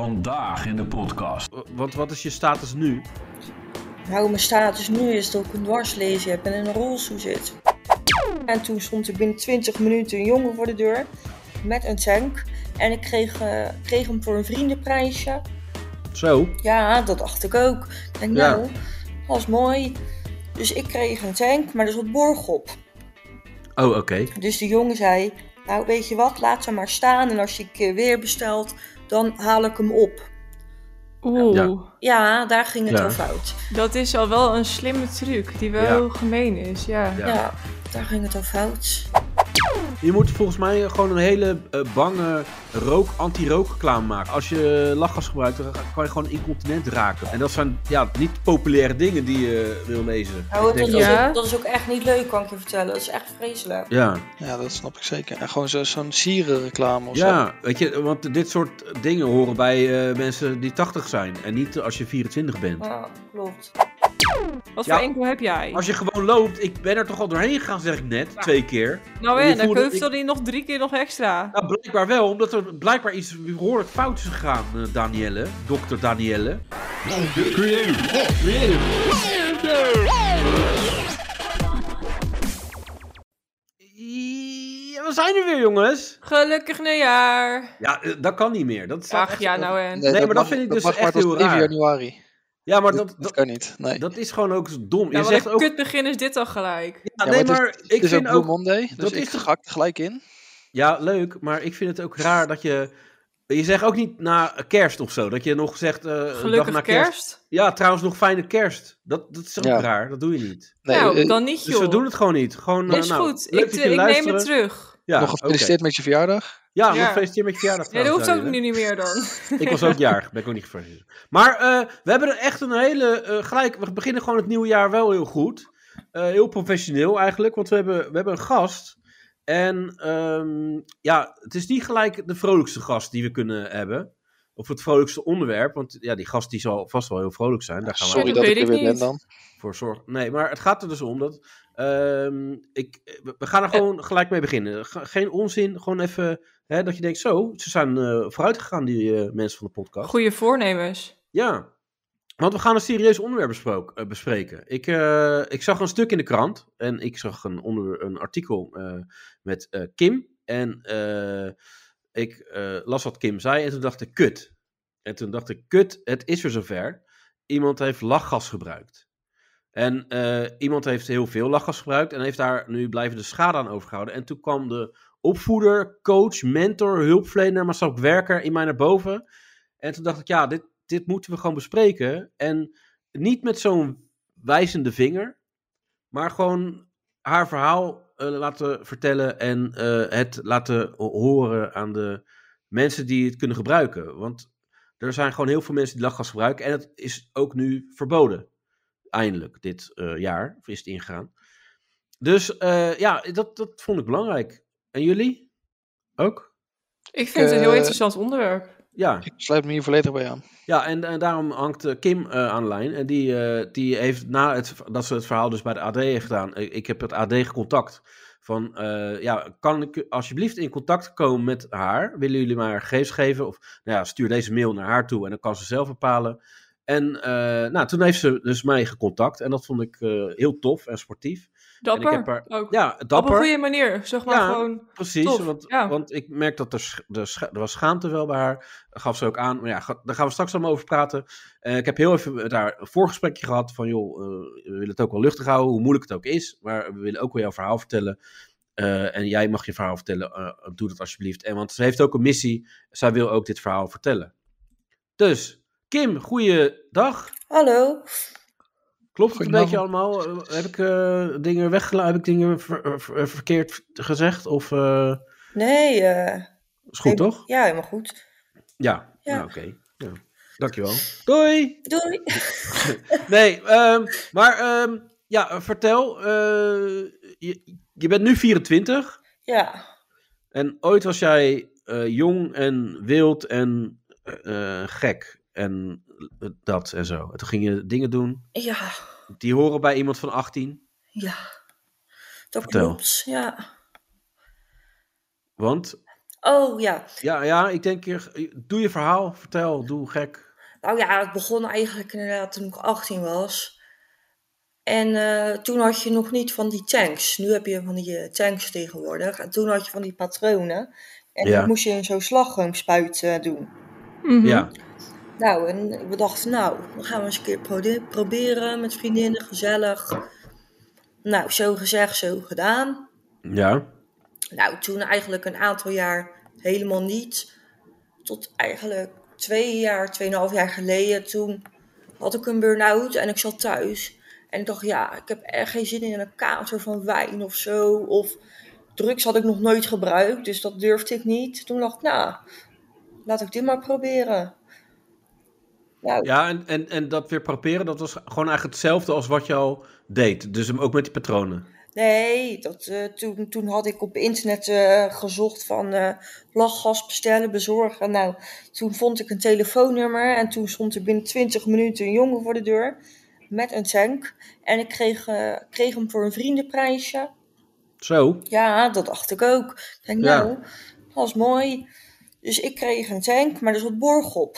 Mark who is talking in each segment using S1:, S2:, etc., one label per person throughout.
S1: Vandaag in de podcast.
S2: Want wat is je status nu?
S3: Nou, mijn status nu is dat ik een dwarslezen heb en in een rolstoel zit. En toen stond er binnen 20 minuten een jongen voor de deur met een tank. En ik kreeg, eh, kreeg hem voor een vriendenprijsje.
S2: Zo.
S3: Ja, dat dacht ik ook. Ik denk,
S2: Ja.
S3: nou, dat is mooi. Dus ik kreeg een tank, maar er zat borg op.
S2: Oh, oké.
S3: Dus de jongen zei, nou weet je wat, laat ze maar staan. En als je een keer weer bestelt, dan haal ik hem op.
S4: Oeh,
S2: Ja.
S3: Ja, daar ging het
S2: Ja.
S3: al fout.
S4: dat is al wel een slimme truc die wel
S2: Ja.
S4: heel gemeen is. Ja.
S2: Ja.
S3: Ja. daar ging het al fout.
S2: Je moet volgens mij gewoon een hele eh, bange rook, anti-rookreclame maken. Als je eh, lachgas gebruikt, dan kan je gewoon incontinent raken. En dat zijn ja, niet populaire dingen die je eh, wil lezen.
S3: Nou,
S2: Ik
S3: dat,
S2: denk
S3: is
S4: dat- Ja.
S3: ook, dat is ook echt niet leuk, kan ik je vertellen. Dat is echt vreselijk.
S2: Ja,
S5: Ja, dat snap ik zeker. En gewoon zo- zo'n sierenreclame of zo.
S2: ja, weet je, want dit soort dingen horen bij eh, mensen die 80 zijn. En niet als je 24 bent.
S3: Ja, klopt.
S4: Wat
S2: Ja.
S4: voor enkel heb jij?
S2: Als je gewoon loopt, ik ben er toch al doorheen gegaan, zeg ik net, twee keer.
S4: nou
S2: je
S4: ja, dan
S2: voelde-
S4: hoeft er nog drie keer nog extra.
S2: Nou, blijkbaar wel, omdat er blijkbaar iets behoorlijk fout is gegaan, eh, Danielle. Dokter Danielle. Ja, we zijn er weer, jongens.
S4: Gelukkig nieuwjaar!
S2: Ja, eh, dat kan niet meer. Dat staat
S4: Ach
S2: echt-
S4: ja, nou en.
S2: Nee, maar dat
S5: mag-
S2: vind ik dus
S5: mag
S2: echt
S5: maar
S2: heel
S5: tot 7
S2: raar.
S5: januari.
S2: Ja, maar
S5: Maar
S2: dat,
S5: dat,
S2: dat,
S5: kan niet, nee.
S2: dat is gewoon ook zo dom.
S4: Nou,
S2: Je
S4: wat
S2: zegt
S4: een
S2: ook... Eh,
S4: kutbegin is dit al gelijk.
S2: Ja,
S5: Ja,
S2: nee,
S5: maar het
S2: maar
S5: het
S2: ik
S5: is ook
S2: vind
S5: Blue
S2: ook...
S5: Monday, dus
S2: dat
S5: ik
S2: is toch-
S5: hak er gelijk in.
S2: Ja, leuk, maar ik vind het ook raar dat je... Je zegt ook niet na kerst of zo, dat je nog zegt... eh, een dag na
S4: Gelukkig
S2: kerst.
S4: kerst.
S2: Ja, trouwens nog fijne kerst. Dat, dat is ook
S5: Ja.
S2: raar, dat doe je niet.
S5: Nee,
S4: nou,
S5: eh,
S4: dan niet
S2: Dus
S4: joh.
S2: we doen het gewoon niet. Gewoon, eh,
S4: is
S2: nou,
S4: goed,
S2: leuk
S4: ik,
S2: dat
S4: ik
S2: jullie
S4: neem het
S2: luisteren.
S4: terug.
S2: Ja,
S5: nog gefeliciteerd
S2: oké.
S5: met je verjaardag.
S2: Ja,
S4: Ja.
S2: nog gefeliciteerd met je verjaardag.
S4: Nee, dat hoeft ook
S2: trouwens,
S4: nu niet meer dan.
S2: Danielle. Ik was ook jarig, ben ik ook niet gefeliciteerd. Maar eh, we hebben er echt een hele... eh, gelijk, we beginnen gewoon het nieuwe jaar wel heel goed. Eh, heel professioneel eigenlijk, want we hebben, we hebben een gast. En ehm, ja, het is niet gelijk de vrolijkste gast die we kunnen hebben. Of het vrolijkste onderwerp, want ja, die gast die zal vast wel heel vrolijk zijn. Daar gaan we
S5: Sorry
S4: dat
S5: dat ik
S4: weet
S5: er
S4: ik
S5: weer ben
S4: niet.
S5: dan.
S2: voor zorg. Nee, maar het gaat er dus om dat. ehm, ik, we- we gaan er gewoon gelijk mee beginnen. Ge- Geen onzin, gewoon even hè, dat je denkt: zo, ze zijn eh, vooruit gegaan, die eh, mensen van de podcast.
S4: Goede voornemens.
S2: Ja, want we gaan een serieus onderwerp besprook- eh, bespreken. Ik, eh, ik zag een stuk in de krant en ik zag een, onder, een artikel eh, met eh, Kim. En eh, ik eh, las wat Kim zei en toen dacht ik: kut. En toen dacht ik: kut, het is weer zover. Iemand heeft lachgas gebruikt. En eh, iemand heeft heel veel lachgas gebruikt en heeft daar nu blijvende schade aan overgehouden. En toen kwam de opvoeder, coach, mentor, hulpverlener, maatschappelijk werker in mij naar boven. En toen dacht ik, ja, dit, dit moeten we gewoon bespreken. En niet met zo'n wijzende vinger, maar gewoon haar verhaal eh, laten vertellen en eh, het laten ho- horen aan de mensen die het kunnen gebruiken. Want er zijn gewoon heel veel mensen die lachgas gebruiken en het is ook nu verboden eindelijk dit eh, jaar, of is het ingegaan. Dus eh, ja, dat, dat vond ik belangrijk. En jullie? Ook?
S4: Ik vind het een heel
S5: Eh,
S4: interessant onderwerp.
S2: Ja,
S5: Ik sluit me hier volledig bij aan.
S2: ja en, en daarom hangt eh, Kim eh, aan de lijn. En die, eh, die heeft na het, dat ze het verhaal dus bij de AD heeft gedaan. eh, Ik heb het AD gecontact. Van eh, ja, kan ik alsjeblieft in contact komen met haar? Willen jullie mij haar gegevens geven? Of nou ja, stuur deze mail naar haar toe en dan kan ze zelf bepalen. En eh, nou, toen heeft ze dus mij gecontact. En dat vond ik eh, heel tof en sportief.
S4: Dapper.
S2: heb haar-
S4: ook.
S2: Ja,
S4: Op een
S2: dapper.
S4: goede manier. Zeg maar
S2: Ja.
S4: gewoon.
S2: precies.
S4: tof,
S2: want,
S4: ja.
S2: want ik merk dat er, sch- er, sch- er was schaamte wel bij haar. Dat gaf ze ook aan. Maar ja, ga- daar gaan we straks allemaal over praten. Eh, ik heb heel even met haar een voorgesprekje gehad. Van joh, eh, we willen het ook wel luchtig houden. Hoe moeilijk het ook is. Maar we willen ook wel jouw verhaal vertellen. Eh, en jij mag je verhaal vertellen. eh, doe dat alsjeblieft. En want ze heeft ook een missie. Zij wil ook dit verhaal vertellen. Dus, Kim, goeiedag.
S3: Hallo.
S2: Klopt het een
S5: Goedenavond.
S2: beetje allemaal? Eh, Heb ik eh, dingen weggelaten? Heb ik dingen ver- ver- verkeerd v- gezegd? Of eh,
S3: Nee, eh,
S2: is goed,
S3: nee,
S2: toch?
S3: Ja, helemaal goed.
S2: Ja.
S3: Ja.
S2: Nou, oké. Ja. Dankjewel. Doei!
S3: Doei.
S2: Nee, ehm, maar ehm, ja, eh, vertel. eh, je, je bent nu 24
S3: Ja,
S2: en ooit was jij eh, jong en wild en eh, eh, gek en eh, dat en zo. En toen ging je dingen doen
S3: ja,
S2: die horen bij iemand van 18.
S3: ja. Dat
S2: Vertel.
S3: klopt, ja.
S2: Want
S3: Oh ja,
S2: Ja, ja, ik denk, eh, doe je verhaal, vertel, doe gek.
S3: Nou ja, het begon eigenlijk inderdaad toen ik 18 was. En eh, toen had je nog niet van die tanks. Nu heb je van die eh, tanks tegenwoordig. En toen had je van die patronen. En
S2: Ja.
S3: dan moest je in zo'n slagroomspuit eh, doen.
S4: Mhm.
S2: Ja,
S3: Nou, en we dachten, nou, dan gaan we eens een keer prode- proberen met vriendinnen, gezellig. Nou, zo gezegd, zo gedaan.
S2: ja,
S3: Nou, toen eigenlijk een aantal jaar helemaal niet. Tot eigenlijk twee jaar, tweeënhalf jaar geleden. Toen had ik een burn-out en ik zat thuis. En ik dacht, ja, ik heb echt geen zin in een kater van wijn of zo. Of drugs had ik nog nooit gebruikt, dus dat durfde ik niet. Toen dacht ik, nou, laat ik dit maar proberen. Nou,
S2: ja en, en, en dat weer proberen, dat was gewoon eigenlijk hetzelfde als wat je al deed. Dus hem ook met die patronen.
S3: Nee, dat, eh, toen, toen had ik op internet eh, gezocht van eh, lachgas bestellen, bezorgen. Nou, toen vond ik een telefoonnummer en toen stond er binnen 20 minuten een jongen voor de deur met een tank. En ik kreeg, eh, kreeg hem voor een vriendenprijsje.
S2: Zo,
S3: Ja, dat dacht ik ook. Ik denk,
S2: Ja.
S3: nou, dat is mooi. Dus ik kreeg een tank, maar er zat borg op.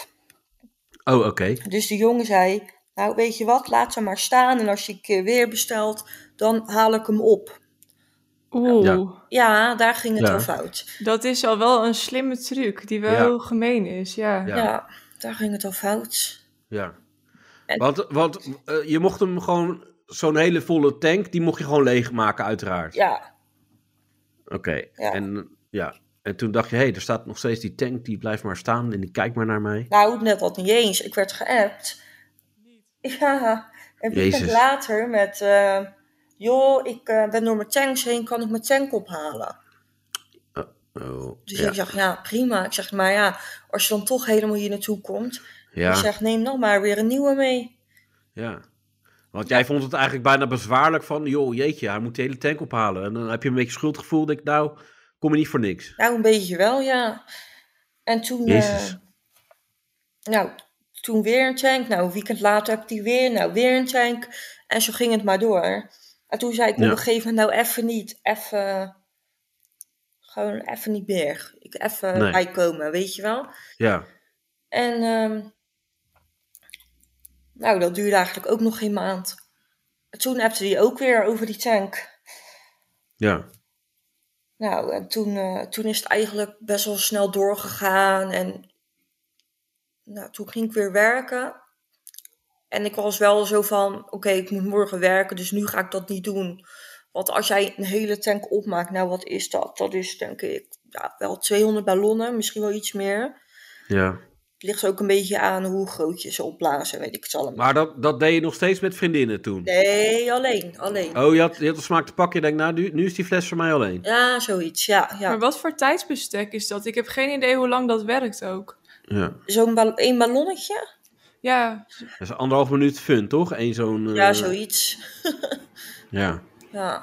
S2: oh oké.
S3: Dus de jongen zei, nou weet je wat, laat ze maar staan. En als je een keer weer bestelt, dan haal ik hem op.
S4: Oeh,
S2: Ja.
S3: Ja, daar ging het
S2: Ja.
S3: al fout.
S4: dat is al wel een slimme truc die wel
S2: Ja.
S4: heel gemeen is. Ja.
S2: Ja.
S3: Ja. daar ging het al fout.
S2: Ja.
S3: En-
S2: Want, want eh, je mocht hem gewoon, zo'n hele volle tank, die mocht je gewoon leegmaken, uiteraard.
S3: Ja,
S2: Oké.
S3: Ja.
S2: En, ja. en toen dacht je, hé, hey, er staat nog steeds die tank, die blijft maar staan en die kijkt maar naar mij.
S3: nou, net wat niet eens. Ik werd geappt. Ja, en wie
S2: Jezus.
S3: komt later met... eh, joh, ik eh, ben door mijn tanks heen, kan ik mijn tank ophalen?
S2: Oh,
S3: Dus
S2: ja.
S3: ik zeg, ja, prima. Ik zeg, maar ja, als je dan toch helemaal hier naartoe komt... Ik
S2: Ja,
S3: zeg, neem dan maar weer een nieuwe mee.
S2: ja. Want jij vond het eigenlijk bijna bezwaarlijk van, joh, jeetje, hij moet de hele tank ophalen. En dan heb je een beetje schuldgevoel, denk ik, nou, kom je niet voor niks.
S3: Nou, een beetje wel, ja. En toen... eh,
S2: Jezus.
S3: nou, toen weer een tank. Nou, een weekend later heb ik die weer. Nou, weer een tank. En zo ging het maar door. En toen zei ik
S2: Ja.
S3: op een gegeven moment, nou even niet, even, gewoon even niet meer. Ik even
S2: Nee.
S3: bijkomen, weet je wel.
S2: Ja,
S3: En ehm, nou, dat duurde eigenlijk ook nog geen maand. Toen appte die ook weer over die tank.
S2: ja.
S3: Nou, en toen, eh, toen is het eigenlijk best wel snel doorgegaan. En nou, toen ging ik weer werken. En ik was wel zo van: oké, ik moet morgen werken, dus nu ga ik dat niet doen. Want als jij een hele tank opmaakt, nou wat is dat? Dat is denk ik ja, wel 200 ballonnen, misschien wel iets meer.
S2: ja.
S3: Het ligt ook een beetje aan hoe groot je ze opblazen, weet ik het allemaal.
S2: Maar dat, dat deed je nog steeds met vriendinnen toen?
S3: Nee, alleen, alleen.
S2: Oh, je had, je had de smaak te pakken. Je denkt, nou, nu, nu is die fles voor mij alleen.
S3: Ja, zoiets, ja. ja.
S4: Maar wat voor tijdsbestek is dat? Ik heb geen idee hoe lang dat werkt ook.
S2: Ja.
S3: Zo'n bal- één ballonnetje?
S4: Ja,
S2: Dat is anderhalf minuut fun, toch? Eén zo'n... eh,
S3: Ja, zoiets.
S2: Ja,
S3: Ja.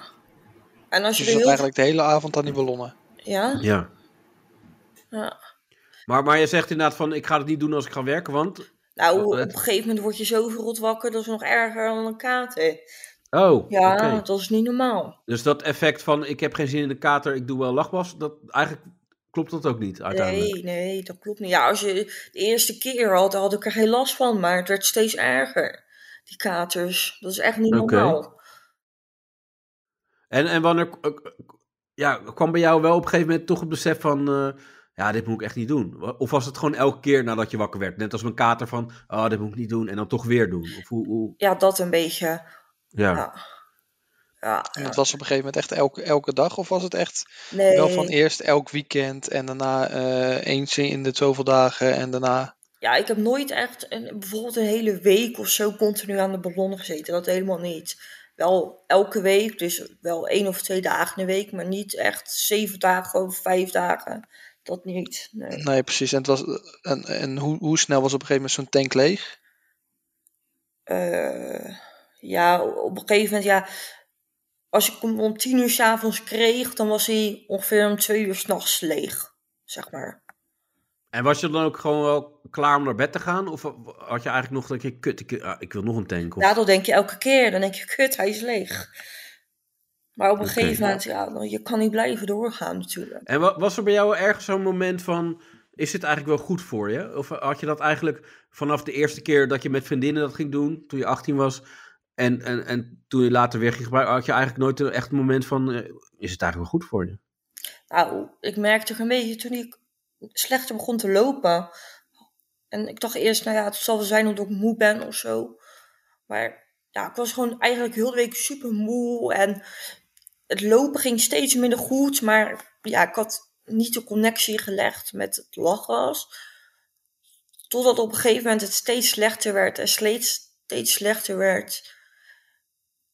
S3: En als je er
S5: Dus dat
S3: heel...
S5: eigenlijk de hele avond aan die ballonnen.
S3: Ja,
S2: ja.
S3: ja.
S2: Maar, maar je zegt inderdaad van, ik ga het niet doen als ik ga werken, want...
S3: Nou,
S2: Wat,
S3: op
S2: eh?
S3: een gegeven moment word je zo verrot wakker, dat is nog erger dan een kater.
S2: Oh,
S3: Ja,
S2: oké.
S3: dat is niet normaal.
S2: Dus dat effect van, ik heb geen zin in de kater, ik doe wel lachwas, dat eigenlijk klopt dat ook niet uiteindelijk.
S3: Nee, nee, dat klopt niet. Ja, als je de eerste keer had, dan had ik er geen last van, maar het werd steeds erger. Die katers, dat is echt niet
S2: Oké.
S3: normaal.
S2: En, en wanneer... eh, eh, Ja, kwam bij jou wel op een gegeven moment toch het besef van... eh, ja, dit moet ik echt niet doen. Of was het gewoon elke keer nadat je wakker werd? Net als mijn kater van, oh, dit moet ik niet doen. En dan toch weer doen. Of hoe... hoe...
S3: Ja, dat een beetje.
S2: Ja.
S3: Ja. Ja,
S5: En dat was op een gegeven moment echt elke, elke dag? Of was het echt
S3: nee.
S5: wel van eerst elk weekend en daarna eh, eens in de zoveel dagen en daarna...
S3: Ja, ik heb nooit echt een, bijvoorbeeld een hele week of zo continu aan de ballonnen gezeten. Dat helemaal niet. Wel elke week, dus wel één of twee dagen in de week, maar niet echt zeven dagen of vijf dagen. Dat niet. Nee.
S5: Nee, precies. En, het was, eh, en, en hoe, hoe snel was op een gegeven moment zo'n tank leeg?
S3: Eh, ja, op een gegeven moment, ja. Als ik hem om tien uur s'avonds kreeg, dan was hij ongeveer om twee uur s'nachts leeg. Zeg maar.
S2: En was je dan ook gewoon wel klaar om naar bed te gaan? Of had je eigenlijk nog dat je, kut, ik, ah, ik wil nog een tank? Of...
S3: Ja, dat denk je elke keer. Dan denk je, kut, hij is leeg. Maar op een
S2: Oké.
S3: gegeven moment, ja, dan- je kan niet blijven doorgaan natuurlijk.
S2: En wa- was er bij jou ergens zo'n moment van, is dit eigenlijk wel goed voor je? Of had je dat eigenlijk vanaf de eerste keer dat je met vriendinnen dat ging doen, toen je 18 was, en, en, en toen je later weer ging gebruiken, had je eigenlijk nooit een echt moment van, eh, is het eigenlijk wel goed voor je?
S3: Nou, ik merkte toch een beetje toen ik slechter begon te lopen. En ik dacht eerst, nou ja, het zal wel zijn omdat ik moe ben of zo. Maar ja, ik was gewoon eigenlijk heel de week super moe. En het lopen ging steeds minder goed. Maar ja, ik had niet de connectie gelegd met het lachgas. Totdat op een gegeven moment het steeds slechter werd. En steeds, steeds slechter werd.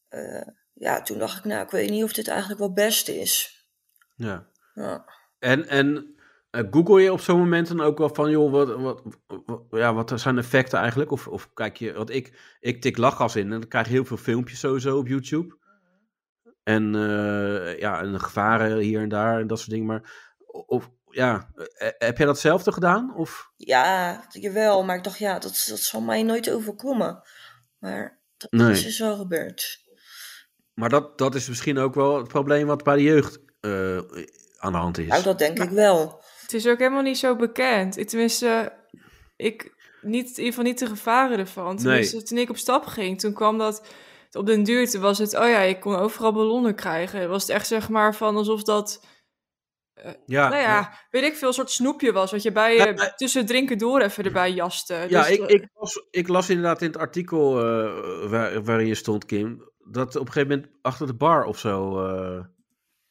S3: Eh, ja, toen dacht ik, nou, ik weet niet of dit eigenlijk wel best is.
S2: Ja.
S3: Ja.
S2: En, en eh, google je op zo'n moment dan ook wel van, joh, wat, wat, wat- ja, wat zijn de effecten eigenlijk? Of, of kijk je, want ik, ik tik lachgas in en dan krijg je heel veel filmpjes sowieso op YouTube. En eh, ja, en de gevaren hier en daar en dat soort dingen. Maar of, ja, eh, heb jij datzelfde gedaan? Of?
S3: Ja, jawel, maar ik dacht, ja, dat, dat zal mij nooit overkomen. Maar dat
S2: Nee.
S3: is dus wel gebeurd.
S2: Maar dat, dat is misschien ook wel het probleem wat bij de jeugd eh, aan de hand is.
S3: Nou, dat denk ik wel.
S4: Het is ook helemaal niet zo bekend. Ik, tenminste, ik niet, in ieder geval niet de gevaren ervan. Tenminste, toen ik op stap ging, toen kwam dat op den duur. Toen was het, oh ja, ik kon overal ballonnen krijgen. Was het echt zeg maar van alsof dat,
S2: ja,
S4: nou ja, weet ik veel, een soort snoepje was. Wat je bij je
S2: Ja, maar-
S4: tussen drinken door even erbij jaste.
S2: Ja,
S4: Dus
S2: ik,
S4: dat-
S2: ik, las, ik las inderdaad in het artikel eh, waar, waarin je stond, Kim, dat op een gegeven moment achter de bar of zo, eh,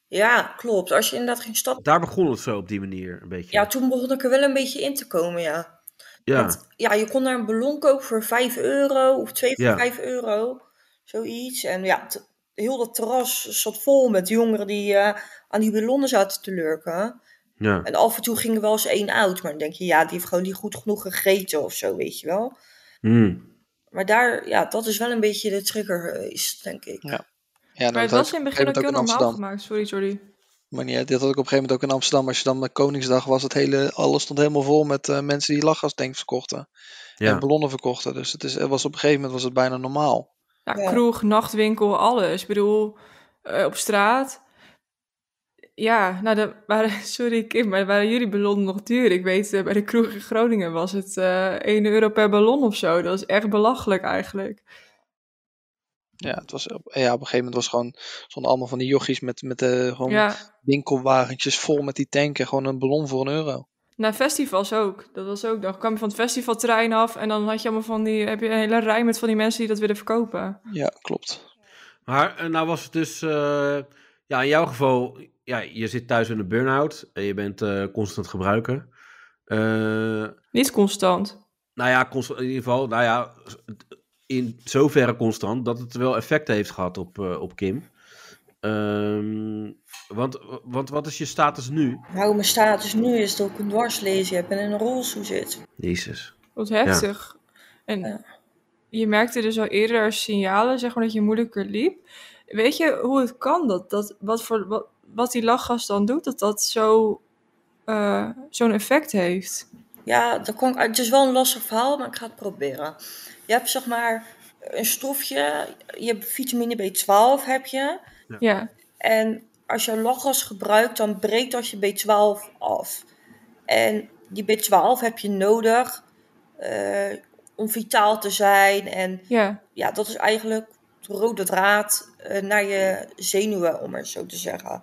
S3: Ja, klopt. Als je inderdaad geen stap...
S2: daar begon het zo op die manier een beetje.
S3: Ja, toen begon ik er wel een beetje in te komen, ja.
S2: ja.
S3: Want, ja, je kon daar een ballon kopen voor 5 euro of 2 voor
S2: Ja.
S3: 5 euro. Zoiets. En ja, t- heel dat terras zat vol met jongeren die eh, aan die ballonnen zaten te lurken.
S2: ja.
S3: En af en toe ging er wel eens één oud. Maar dan denk je, ja, die heeft gewoon niet goed genoeg gegeten of zo, weet je wel.
S2: Hmm.
S3: Maar daar, ja, dat is wel een beetje de trigger geweest, denk ik.
S5: Ja. Ja, nou,
S4: maar het
S5: dat had
S4: was
S5: ik
S4: in het
S5: op een
S4: begin ook
S5: gegeven moment
S4: heel
S5: in
S4: normaal
S5: Amsterdam.
S4: gemaakt. Sorry, sorry.
S5: Maar niet uit, dit had ik op een gegeven moment ook in Amsterdam. Als je dan met Koningsdag was, het hele, alles stond helemaal vol met eh, mensen die lachgasdenk verkochten.
S2: Ja.
S5: En ballonnen verkochten. Dus het is, het was op een gegeven moment was het bijna normaal.
S4: Ja,
S3: Ja.
S4: kroeg, nachtwinkel, alles. Ik bedoel, eh, op straat. Ja, nou, daar waren, sorry Kim, maar waren jullie ballonnen nog duur? Ik weet, eh, bij de kroeg in Groningen was het eh 1 euro per ballon of zo. Dat is echt belachelijk eigenlijk.
S5: Ja, het was, op- ja, op een gegeven moment was gewoon, stonden allemaal van die jochies met, met eh, gewoon
S4: Ja,
S5: winkelwagentjes vol met die tanken. Gewoon een ballon voor een euro.
S4: naar festivals ook. Dat was ook, dan kwam je van het festivalterrein af en dan had je allemaal van die, heb je een hele rij met van die mensen die dat willen verkopen.
S5: Ja, klopt.
S2: Maar eh, nou was het dus, eh, ja, in jouw geval, ja, je zit thuis in een burn-out en je bent eh, constant gebruiker. Eh,
S4: Niet constant.
S2: Nou ja, constant, in ieder geval, nou ja, in zoverre constant dat het wel effect heeft gehad op, eh, op Kim. Ehm, want, want wat is je status nu?
S3: Nou, mijn status nu is dat ik een dwarslezen heb en in een rolstoel zit.
S2: Jezus.
S4: Wat heftig. En
S3: Ja.
S4: je merkte dus al eerder signalen, zeg maar, dat je moeilijker liep. Weet je hoe het kan dat, dat wat, voor, wat, wat die lachgas dan doet, dat dat zo, eh, zo'n effect heeft?
S3: Ja, dat kon ik, het is wel een lastig verhaal, maar ik ga het proberen. Je hebt zeg maar een stofje, je hebt vitamine B12 heb je.
S4: Ja,
S3: En als je lachgas gebruikt, dan breekt dat je B12 af. En die B12 heb je nodig eh, om vitaal te zijn en
S4: ja.
S3: ja, dat is eigenlijk de rode draad eh, naar je zenuwen, om het zo te zeggen.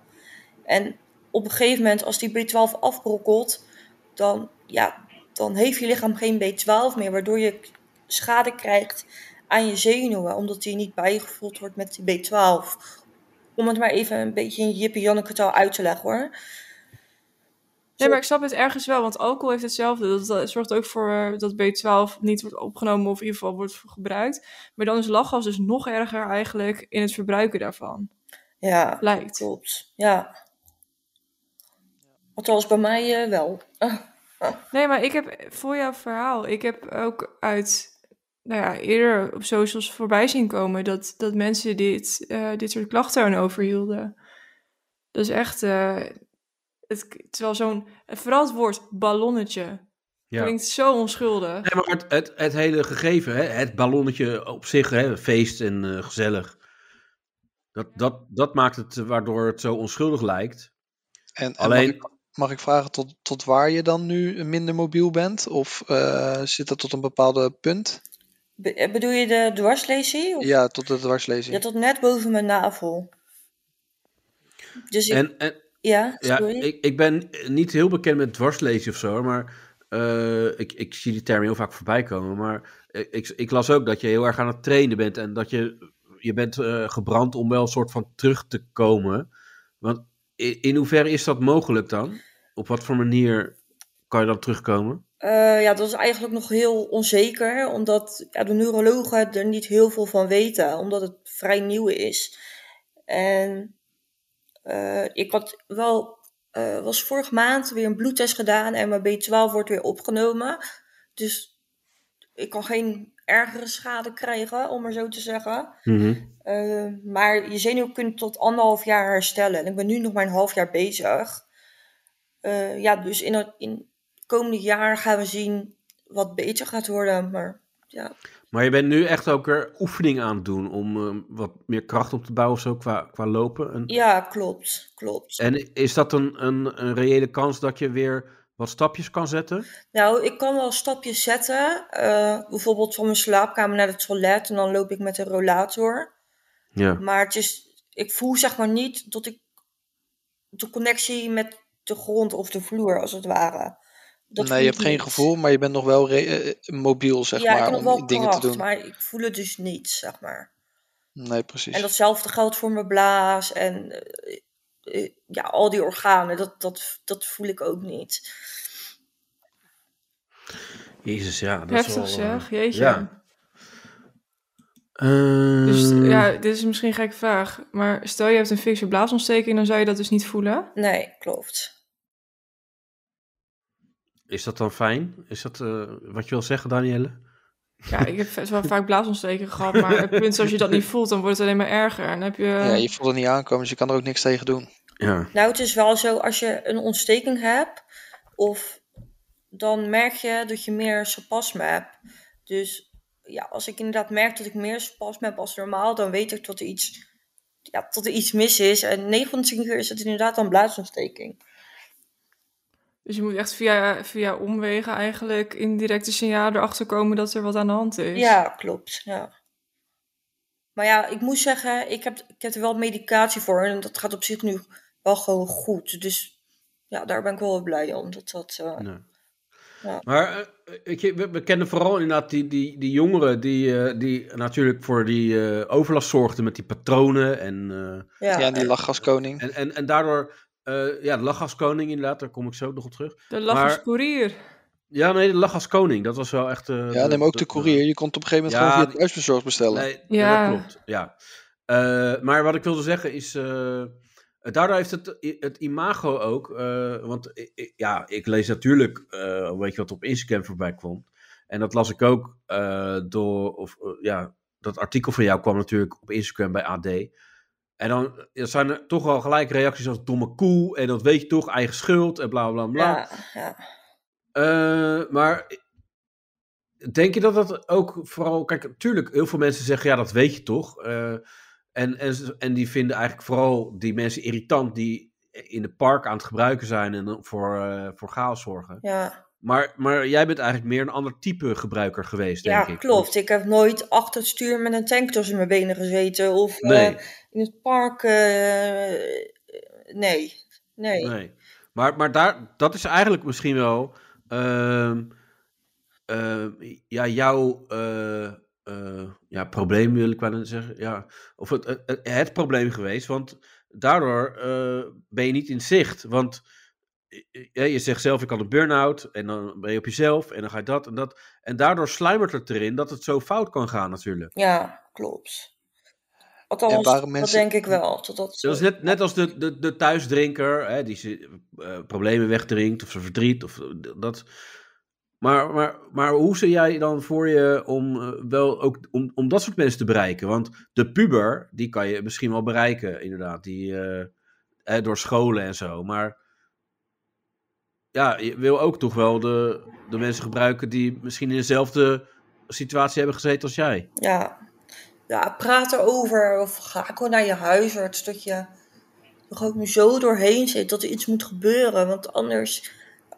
S3: En op een gegeven moment, als die B12 afbrokkelt, dan, ja, dan heeft je lichaam geen B12 meer, waardoor je schade krijgt aan je zenuwen, omdat die niet bijgevoeld wordt met die B12. Om het maar even een beetje in Jippie Janneke taal uit te leggen hoor.
S4: Nee, maar ik snap het ergens wel, want alcohol heeft hetzelfde. Dat, dat zorgt ook voor eh, dat B12 niet wordt opgenomen of in ieder geval wordt gebruikt. Maar dan is lachgas dus nog erger eigenlijk in het verbruiken daarvan.
S3: Ja,
S4: Lijkt.
S3: klopt. Ja. Althans, bij mij eh, wel.
S4: Nee, maar ik heb voor jouw verhaal, ik heb ook uit, nou ja, eerder op socials voorbij zien komen dat, dat mensen dit, eh, dit soort klachten aan overhielden. Dat is echt, eh het, het is wel zo'n, vooral het woord ballonnetje,
S2: Ja.
S4: klinkt zo onschuldig.
S2: Nee, maar het, het, het hele gegeven, hè, het ballonnetje op zich, hè, feest en eh, gezellig. Dat, dat, dat maakt het eh, waardoor het zo onschuldig lijkt.
S5: En, en
S2: Alleen-
S5: mag, ik, mag ik vragen tot, tot waar je dan nu minder mobiel bent? Of eh, zit dat tot een bepaalde punt?
S3: Be- eh, bedoel je de dwarslezing? Of-
S5: Ja, tot de dwarslezing.
S3: Ja, tot net boven mijn navel. Dus ik,
S2: En, en,
S3: ja,
S2: Ja,
S3: sorry.
S2: ik, ik ben niet heel bekend met dwarslezen of zo, hoor, maar eh, ik, ik zie die term heel vaak voorbij komen. Maar ik, ik, ik las ook dat je heel erg aan het trainen bent en dat je, je bent eh, gebrand om wel een soort van terug te komen. Want in, in hoeverre is dat mogelijk dan? Op wat voor manier kan je dan terugkomen?
S3: Eh, ja, dat is eigenlijk nog heel onzeker, omdat ja, de neurologen er niet heel veel van weten, omdat het vrij nieuw is. En eh, ik had wel, eh, was vorige maand weer een bloedtest gedaan en mijn B12 wordt weer opgenomen. Dus ik kan geen ergere schade krijgen, om maar zo te zeggen. Eh, maar je zenuw kunt tot anderhalf jaar herstellen. En ik ben nu nog maar een half jaar bezig. Eh, ja, dus in het in het komende jaar gaan we zien wat beter gaat worden. Maar ja,
S2: Maar je bent nu echt ook er oefening aan het doen om eh, wat meer kracht op te bouwen of zo qua, qua lopen. En,
S3: ja klopt, klopt.
S2: en is dat een, een, een reële kans dat je weer wat stapjes kan zetten?
S3: Nou, ik kan wel stapjes zetten. eh, bijvoorbeeld van mijn slaapkamer naar het toilet. En dan loop ik met een rollator.
S2: Ja.
S3: Maar het is, ik voel zeg maar niet dat ik de connectie met de grond of de vloer, als het ware. Dat voel
S5: nee, je
S3: ik
S5: hebt geen
S3: niet.
S5: gevoel, maar je bent nog wel re- eh, mobiel, zeg
S3: ja, ik
S5: maar,
S3: heb
S5: om
S3: nog wel
S5: dingen
S3: kracht,
S5: te doen.
S3: maar ik voel het dus niet, zeg maar.
S5: Nee, precies.
S3: En datzelfde geldt voor mijn blaas en eh, eh, ja, al die organen, dat, dat, dat voel ik ook niet.
S2: Jezus, ja. Dat
S4: Heftig
S2: is wel, eh,
S4: zeg, jeetje.
S2: ja. Eh,
S4: Dus
S5: Mm.
S4: ja, dit is misschien een gekke vraag. Maar stel je hebt een fikse blaasontsteking, dan zou je dat dus niet voelen.
S3: Nee, klopt.
S2: Is dat dan fijn? Is dat eh, wat je wil zeggen, Danielle?
S4: Ja, ik heb best wel vaak blaasontsteking gehad. Maar het punt is, als je dat niet voelt, dan wordt het alleen maar erger. En dan heb je...
S5: Ja,
S3: eh,
S5: je voelt het niet aankomen, dus je kan er ook niks tegen doen.
S2: Ja.
S3: Nou, het is wel zo, als je een ontsteking hebt, of dan merk je dat je meer spasme hebt. Dus ja, als ik inderdaad merk dat ik meer spasme heb als normaal, dan weet ik dat er iets, ja, dat er iets mis is. En 9 van de 10 keer is het inderdaad een blaasontsteking.
S4: Dus je moet echt via, via omwegen eigenlijk indirecte signalen erachter komen dat er wat aan de hand is.
S3: Ja, klopt. Ja. Maar ja, ik moet zeggen, ik heb, ik heb er wel medicatie voor en dat gaat op zich nu wel gewoon goed. Dus ja, daar ben ik wel blij om. Dat dat, eh,
S2: Nee.
S3: Ja.
S2: Maar eh, weet je, we, we kennen vooral inderdaad die, die, die jongeren die, eh, die natuurlijk voor die eh, overlast zorgden met die patronen. En, eh,
S5: Ja,
S3: ja,
S5: en die lachgaskoning.
S2: en, en, en daardoor, eh, ja, de lachgaskoning inderdaad, daar kom ik zo nog op terug.
S4: De lachers
S2: Maar-
S4: koerier.
S2: Ja, nee, de lachgaskoning, dat was wel echt... eh,
S5: Ja, neem ook de
S2: eh,
S5: courier. Je kon het op een gegeven moment
S2: Ja,
S5: gewoon via
S2: die-
S5: het thuisbezorgd bestellen.
S2: Nee,
S4: Ja.
S2: dat klopt. Ja. Eh, maar wat ik wilde zeggen is. eh, daardoor heeft het, het imago ook. eh, want i- i- ja, ik lees natuurlijk. eh, weet je wat op Instagram voorbij kwam. En dat las ik ook eh, door. Of, eh, ja, dat artikel van jou kwam natuurlijk op Instagram bij AD. En dan eh, zijn er toch al gelijk reacties als domme koe. En dat weet je toch, eigen schuld en bla bla bla.
S3: ja, ja.
S2: Eh, maar denk je dat dat ook vooral. Kijk, natuurlijk, heel veel mensen zeggen: ja, dat weet je toch. Eh, en, en, ze- en die vinden eigenlijk vooral die mensen irritant die in de park aan het gebruiken zijn en dan voor, eh, voor chaos zorgen.
S3: ja.
S2: Maar, maar jij bent eigenlijk meer een ander type gebruiker geweest, denk
S3: Ja,
S2: ik.
S3: klopt. Ik heb nooit achter het stuur met een tank tussen mijn benen gezeten of eh,
S2: Nee,
S3: in het park. eh, nee. Nee.
S2: nee. Maar, maar daar, dat is eigenlijk misschien wel. ehm, ehm, ja, jouw eh, eh, ja, probleem wil ik wel zeggen. Ja, of het, het, het probleem geweest, want daardoor eh, ben je niet in zicht. Want eh, eh, je zegt zelf, ik had een burn-out en dan ben je op jezelf en dan ga je dat en dat. En daardoor sluimert het erin dat het zo fout kan gaan natuurlijk.
S3: Ja, klopt.
S5: En
S3: Althans,
S5: waren
S3: dat
S5: mensen-
S3: denk ik wel. Dat, dat,
S2: Dat is net, net als de, de, de thuisdrinker, hè, die ze, eh, problemen wegdrinkt of zijn verdriet of eh, dat. Maar, maar, maar hoe zie jij dan voor je om eh, wel ook om, om dat soort mensen te bereiken? Want de puber, die kan je misschien wel bereiken, inderdaad, die, eh, hè, door scholen en zo. Maar ja, je wil ook toch wel de, de mensen gebruiken die misschien in dezelfde situatie hebben gezeten als jij.
S3: Ja. ja, praat erover of ga gewoon naar je huisarts. Dat je er gewoon zo doorheen zit dat er iets moet gebeuren. Want anders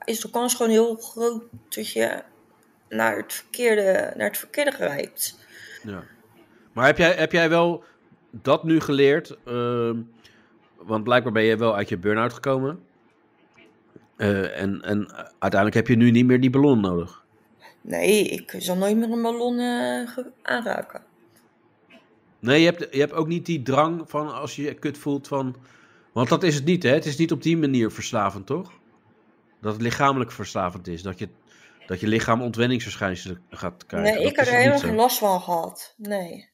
S3: is de kans gewoon heel groot dat je naar het verkeerde, naar het verkeerde grijpt.
S2: Ja. Maar heb jij, heb jij wel dat nu geleerd? ehm, want blijkbaar ben je wel uit je burn-out gekomen. Eh, en, en uiteindelijk heb je nu niet meer die ballon nodig.
S3: Nee, ik zal nooit meer een ballon eh, ge- aanraken.
S2: Nee, je hebt, je hebt ook niet die drang van als je je kut voelt van... Want dat is het niet, hè? Het is niet op die manier verslavend, toch? Dat het lichamelijk verslavend is. Dat je, dat je lichaam ontwenningsverschijnselen gaat krijgen.
S3: nee,
S2: dat
S3: ik heb
S2: is
S3: er
S2: het niet
S3: helemaal
S2: zo.
S3: geen last van gehad. Nee.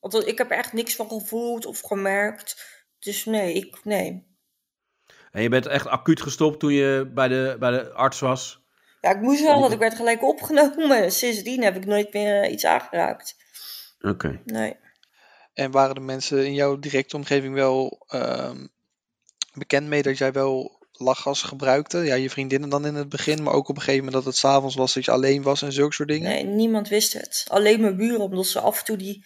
S3: Want dat- ik heb er echt niks van gevoeld of gemerkt. Dus nee, ik, nee.
S2: En je bent echt acuut gestopt toen je bij de, bij de arts was.
S3: Ja, ik moest wel, want ik werd gelijk opgenomen. Sindsdien heb ik nooit meer eh, iets aangeraakt.
S2: Oké.
S3: Nee.
S5: En waren de mensen in jouw directe omgeving wel ehm, bekend mee dat jij wel lachgas gebruikte? Ja, je vriendinnen dan in het begin, maar ook op een gegeven moment dat het s'avonds was dat je alleen was en zulke soort dingen.
S3: nee, niemand wist het. Alleen mijn buren, omdat ze af en toe die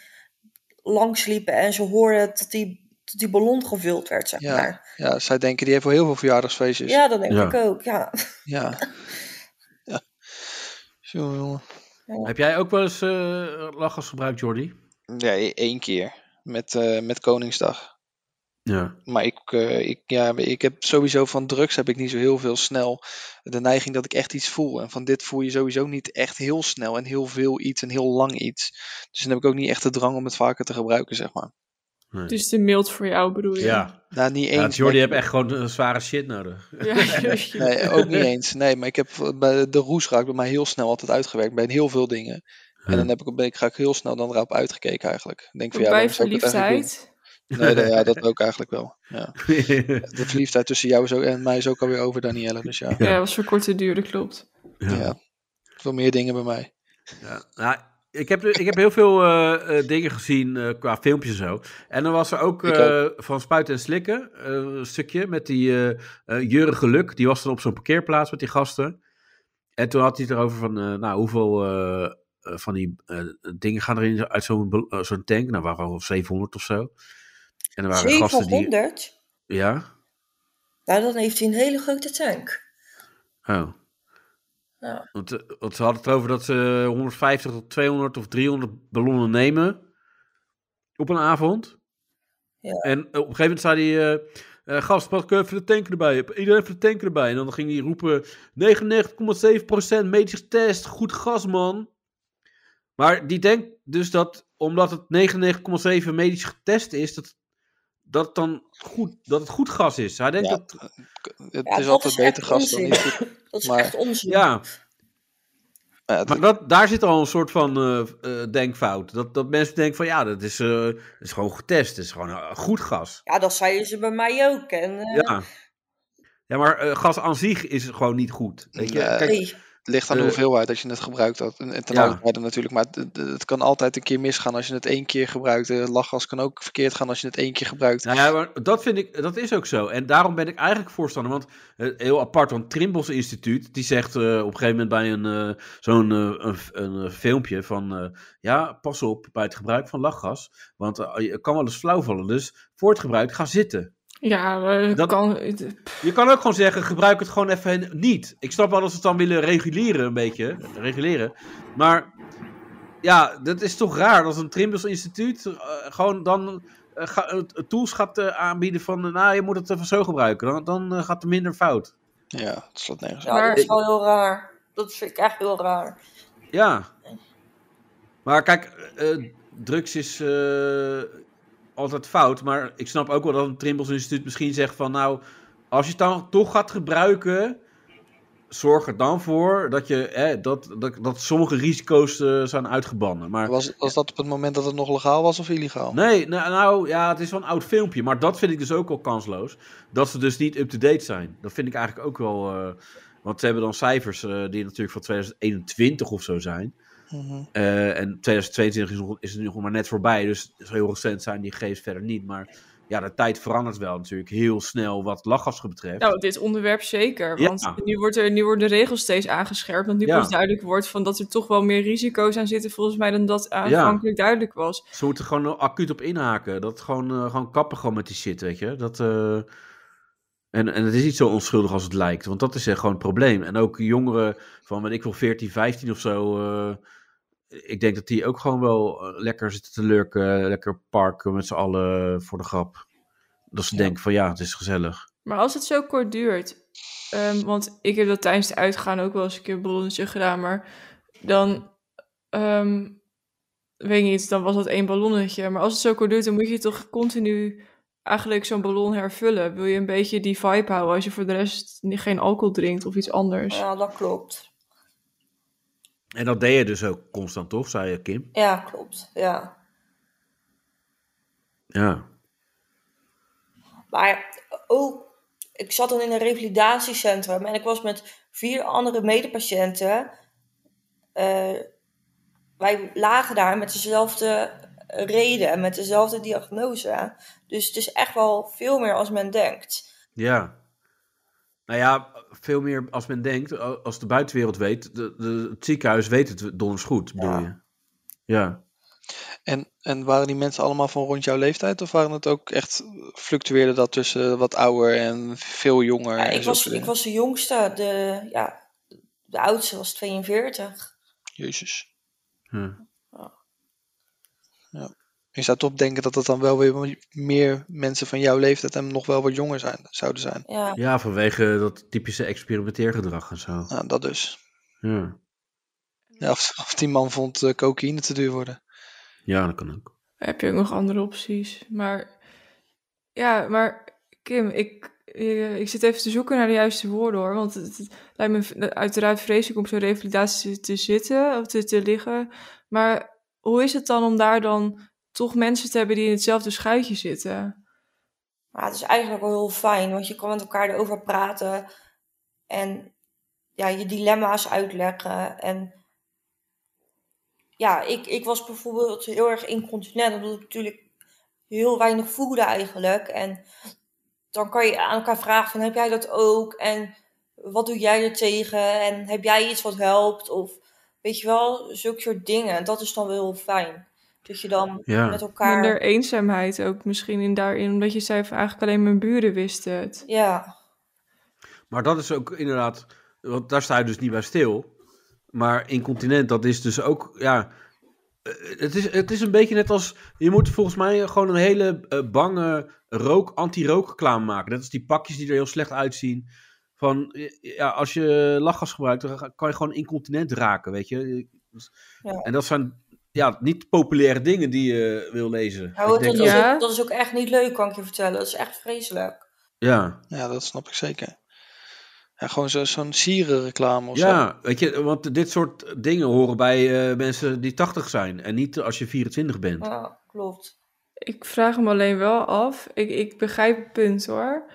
S3: langsliepen en ze hoorden dat die, dat die ballon gevuld werd, zeg
S5: Ja.
S3: maar.
S5: Ja, zij denken die heeft wel heel veel verjaardagsfeestjes.
S3: Ja, dat denk
S2: dus- Ja.
S3: ik ook, ja.
S5: Ja. ja. Jongen, jongen.
S2: Heb jij ook wel eens eh lachgas gebruikt, Jordi?
S5: Nee, e-, één keer. Met, eh, met Koningsdag.
S2: Ja.
S5: Maar ik, eh, ik, ja, ik heb sowieso van drugs heb ik niet zo heel veel snel de neiging dat ik echt iets voel. En van dit voel je sowieso niet echt heel snel en heel veel iets en heel lang iets. Dus dan heb ik ook niet echt de drang om het vaker te gebruiken, zeg maar.
S4: Dus te mild voor jou bedoel je?
S2: Ja,
S5: Nou, niet
S2: ja
S5: eens.
S2: Jordi
S5: maar
S2: heeft echt gewoon eh, zware shit nodig.
S4: Ja,
S5: ik- Nee, ook niet eens. Nee, maar ik heb eh, bij de roes raakt bij mij heel snel altijd uitgewerkt bij heel veel dingen. En
S2: Ja.
S5: dan heb ik, ben ik ga ik heel snel dan erop uitgekeken eigenlijk. Ik Denk van, ja,
S4: bij
S5: waarom zou ik het eigenlijk doen?
S4: verliefdheid.
S5: Nee, nee, ja, dat ook eigenlijk wel. Ja. De verliefdheid tussen jou zo, en mij is ook alweer over, Danielle. Dus ja,
S4: Ja, dat was voor korte duur, dat klopt.
S5: ja. veel meer dingen bij mij.
S2: Ja, nou, ik, heb, ik heb heel veel eh, eh, dingen gezien eh, qua filmpjes en zo. En dan was er ook,
S5: Ik
S2: eh, van Spuiten en Slikken eh, een stukje met die eh eh, Jurre Geluk. Die was dan op zo'n parkeerplaats met die gasten. En toen had hij het erover van, eh, nou, hoeveel eh, eh, van die eh, dingen gaan erin uit zo'n bel- eh, zo'n tank? Nou, waren wel 700 of zo. En er waren gasten die...
S3: 700?
S2: Ja?
S3: Nou, dan heeft hij een hele grote tank.
S2: Oh.
S3: Ja.
S2: Want, eh, want ze hadden het over dat ze 150 tot 200 of 300 ballonnen nemen op een avond.
S3: Ja.
S2: En op een gegeven moment zei die eh, eh, gast, pak even de tanker erbij. Iedereen even de tanker erbij. En dan ging hij roepen, 99,7% medisch getest, goed gas man. Maar die denkt dus dat, omdat het 99,7 medisch getest is, dat, dat, het dan goed, dat het goed gas is. Hij denkt
S5: Ja.
S2: dat,
S5: Het
S3: Ja,
S5: is
S3: dat
S5: altijd
S3: is
S5: beter
S3: echt
S5: gast dan
S3: onzin.
S5: niet. goed.
S3: Dat is
S5: Maar-
S3: echt onzin.
S2: ja,
S5: Maar ja, het-
S2: Maar dat, daar zit al een soort van eh, eh, denkfout. Dat, dat mensen denken van ja, dat is, eh, dat is gewoon getest. Dat is gewoon eh, goed gas.
S3: Ja, dat zeiden ze bij mij ook. En, eh,
S2: Ja, ja maar eh, gas aan zich is gewoon niet goed. Weet je?
S5: Nee.
S2: Kijk,
S3: nee.
S5: het ligt aan de
S2: eh,
S5: hoeveelheid dat je het gebruikt had. En, en ten
S2: Ja.
S5: alle tijde natuurlijk. Maar het, het kan altijd een keer misgaan als je het één keer gebruikt. Eh, Lachgas kan ook verkeerd gaan als je het één keer gebruikt.
S2: nou ja, maar dat, vind ik, dat is ook zo. En daarom ben ik eigenlijk voorstander. Want eh, heel apart, want Trimbos Instituut, die zegt eh, op een gegeven moment bij een, eh, zo'n eh, een, een, eh, filmpje van... eh, ja, pas op bij het gebruik van lachgas. Want eh, je kan wel eens flauw vallen. Dus voor het gebruik, ga zitten.
S4: Ja, maar dat
S2: Dat-
S4: kan... het-
S2: Je kan ook gewoon zeggen, gebruik het gewoon even niet. Ik snap wel dat ze het dan willen reguleren een beetje. Reguleren. Maar ja, dat is toch raar dat een Trimbus instituut eh, gewoon dan eh, ga- eh, tools gaat eh, aanbieden van... eh, nou, je moet het even zo gebruiken. Dan, dan eh, gaat er minder fout.
S5: Ja, het slaat nergens op.
S2: nou,
S3: Ja,
S4: Maar-
S3: dat is wel heel raar. Dat vind ik echt heel raar.
S2: Ja. Maar kijk, eh, drugs is eh, altijd fout. Maar ik snap ook wel dat een Trimbos Instituut misschien zegt van... Nou, als je het dan toch gaat gebruiken... Zorg er dan voor dat, je, eh, dat, dat, dat sommige risico's eh, zijn uitgebannen. Maar
S5: Was, was dat op het moment dat het nog legaal was of illegaal?
S2: nee, nou, nou ja, het is wel een oud filmpje. Maar dat vind ik dus ook al kansloos. Dat ze dus niet up-to-date zijn. Dat vind ik eigenlijk ook wel... eh, want ze hebben dan cijfers eh, die natuurlijk van 2021 of zo zijn.
S5: Mhm.
S2: Eh, en 2022 is, nog, is nu nog maar net voorbij, dus zo heel recent zijn die gegevens verder niet. Maar ja, de tijd verandert wel natuurlijk heel snel wat lachgas betreft.
S4: Nou, dit onderwerp zeker.
S2: Ja.
S4: Want nu, wordt er, nu worden de regels steeds aangescherpt. Want nu
S2: Ja.
S4: pas duidelijk wordt van dat er toch wel meer risico's aan zitten, volgens mij, dan dat aanvankelijk duidelijk was.
S2: Ze moeten er gewoon acuut op inhaken. Dat gewoon, eh, gewoon kappen gewoon met die shit, weet je. Dat, eh, en, en het is niet zo onschuldig als het lijkt. Want dat is eh, gewoon het probleem. En ook jongeren van, weet ik wil 14, 15 of zo. eh, ik denk dat die ook gewoon wel eh, lekker zitten te lurken. Lekker parken met z'n allen voor de grap. Dat ze denken van, ja, het is gezellig.
S4: Maar als het zo kort duurt, ehm, want ik heb dat tijdens het uitgaan ook wel eens een keer een ballonnetje gedaan, maar dan, ehm, weet ik niet, dan was dat één ballonnetje. Maar als het zo kort duurt, dan moet je toch continu eigenlijk zo'n ballon hervullen. Wil je een beetje die vibe houden als je voor de rest ni- geen alcohol drinkt of iets anders?
S3: Ja, dat klopt.
S2: En dat deed je dus ook constant, toch? Zei je, Kim.
S3: Ja, klopt. Ja.
S2: Ja.
S3: Maar ook, ik zat dan in een revalidatiecentrum en ik was met vier andere medepatiënten. Eh, wij lagen daar met dezelfde reden en met dezelfde diagnose. Dus het is echt wel veel meer als men denkt.
S2: Ja. Nou ja, veel meer als men denkt, a- als de buitenwereld weet, de, de, het ziekenhuis weet het donders goed, bedoel
S3: Ja.
S2: je? Ja.
S5: En, en waren die mensen allemaal van rond jouw leeftijd? Of waren het ook echt, fluctueerde dat tussen wat ouder en veel jonger?
S3: Ja,
S5: en
S3: ik,
S5: zulke
S3: was, ik
S5: dingen?
S3: was de jongste, de, ja, de oudste was 42.
S5: Jezus.
S2: Hm.
S5: Je zou toch denken dat dat dan wel weer meer mensen van jouw leeftijd en nog wel wat jonger zijn, zouden zijn.
S3: Ja,
S2: Ja, vanwege dat typische experimenteergedrag en zo.
S5: Nou, dat dus.
S2: Ja,
S5: Ja, of, of die man vond eh, cocaïne te duur worden.
S2: ja dat kan ook.
S4: Heb je ook nog andere opties? Maar ja, maar Kim, ik, eh, ik zit even te zoeken naar de juiste woorden hoor. Want het, het lijkt me v- uiteraard vreselijk om zo'n revalidatie te zitten of te, te liggen. Maar hoe is het dan om daar dan toch mensen te hebben die in hetzelfde schuitje zitten?
S3: maar het is eigenlijk wel heel fijn, want je kan met elkaar erover praten en ja, je dilemma's uitleggen. En ja, ik, ik was bijvoorbeeld heel erg incontinent, omdat ik natuurlijk heel weinig voelde eigenlijk. En dan kan je aan elkaar vragen van, heb jij dat ook? En wat doe jij er tegen? En heb jij iets wat helpt? Of weet je wel, zulke soort dingen. En dat is dan wel heel fijn. Dat je dan
S2: Ja.
S3: met elkaar...
S4: Minder eenzaamheid ook misschien in daarin, omdat je zei van eigenlijk alleen mijn buren wisten het.
S3: Ja,
S2: Maar dat is ook inderdaad, want daar sta je dus niet bij stil. Maar incontinent, dat is dus ook, ja. eh, Het is, het is een beetje net als. Je moet volgens mij gewoon een hele eh, bange rook, anti-rookreclame maken. Net als die pakjes die er heel slecht uitzien. Van eh, ja, als je lachgas gebruikt, dan ga- kan je gewoon incontinent raken, weet je.
S3: Ja.
S2: En dat zijn ja, niet populaire dingen die je wil lezen.
S3: nou,
S2: Ik
S3: dat,
S2: denk
S3: is
S2: dat-
S4: Ja.
S3: ook, dat is ook echt niet leuk, kan ik je vertellen. Dat is echt vreselijk.
S2: ja.
S5: Ja, dat snap ik zeker. Ja, gewoon zo- zo'n sierenreclame of zo.
S2: Ja, weet je, want dit soort dingen horen bij eh, mensen die 80 zijn en niet als je 24 bent.
S3: Ja, klopt.
S4: Ik vraag hem alleen wel af. Ik, ik begrijp het punt hoor.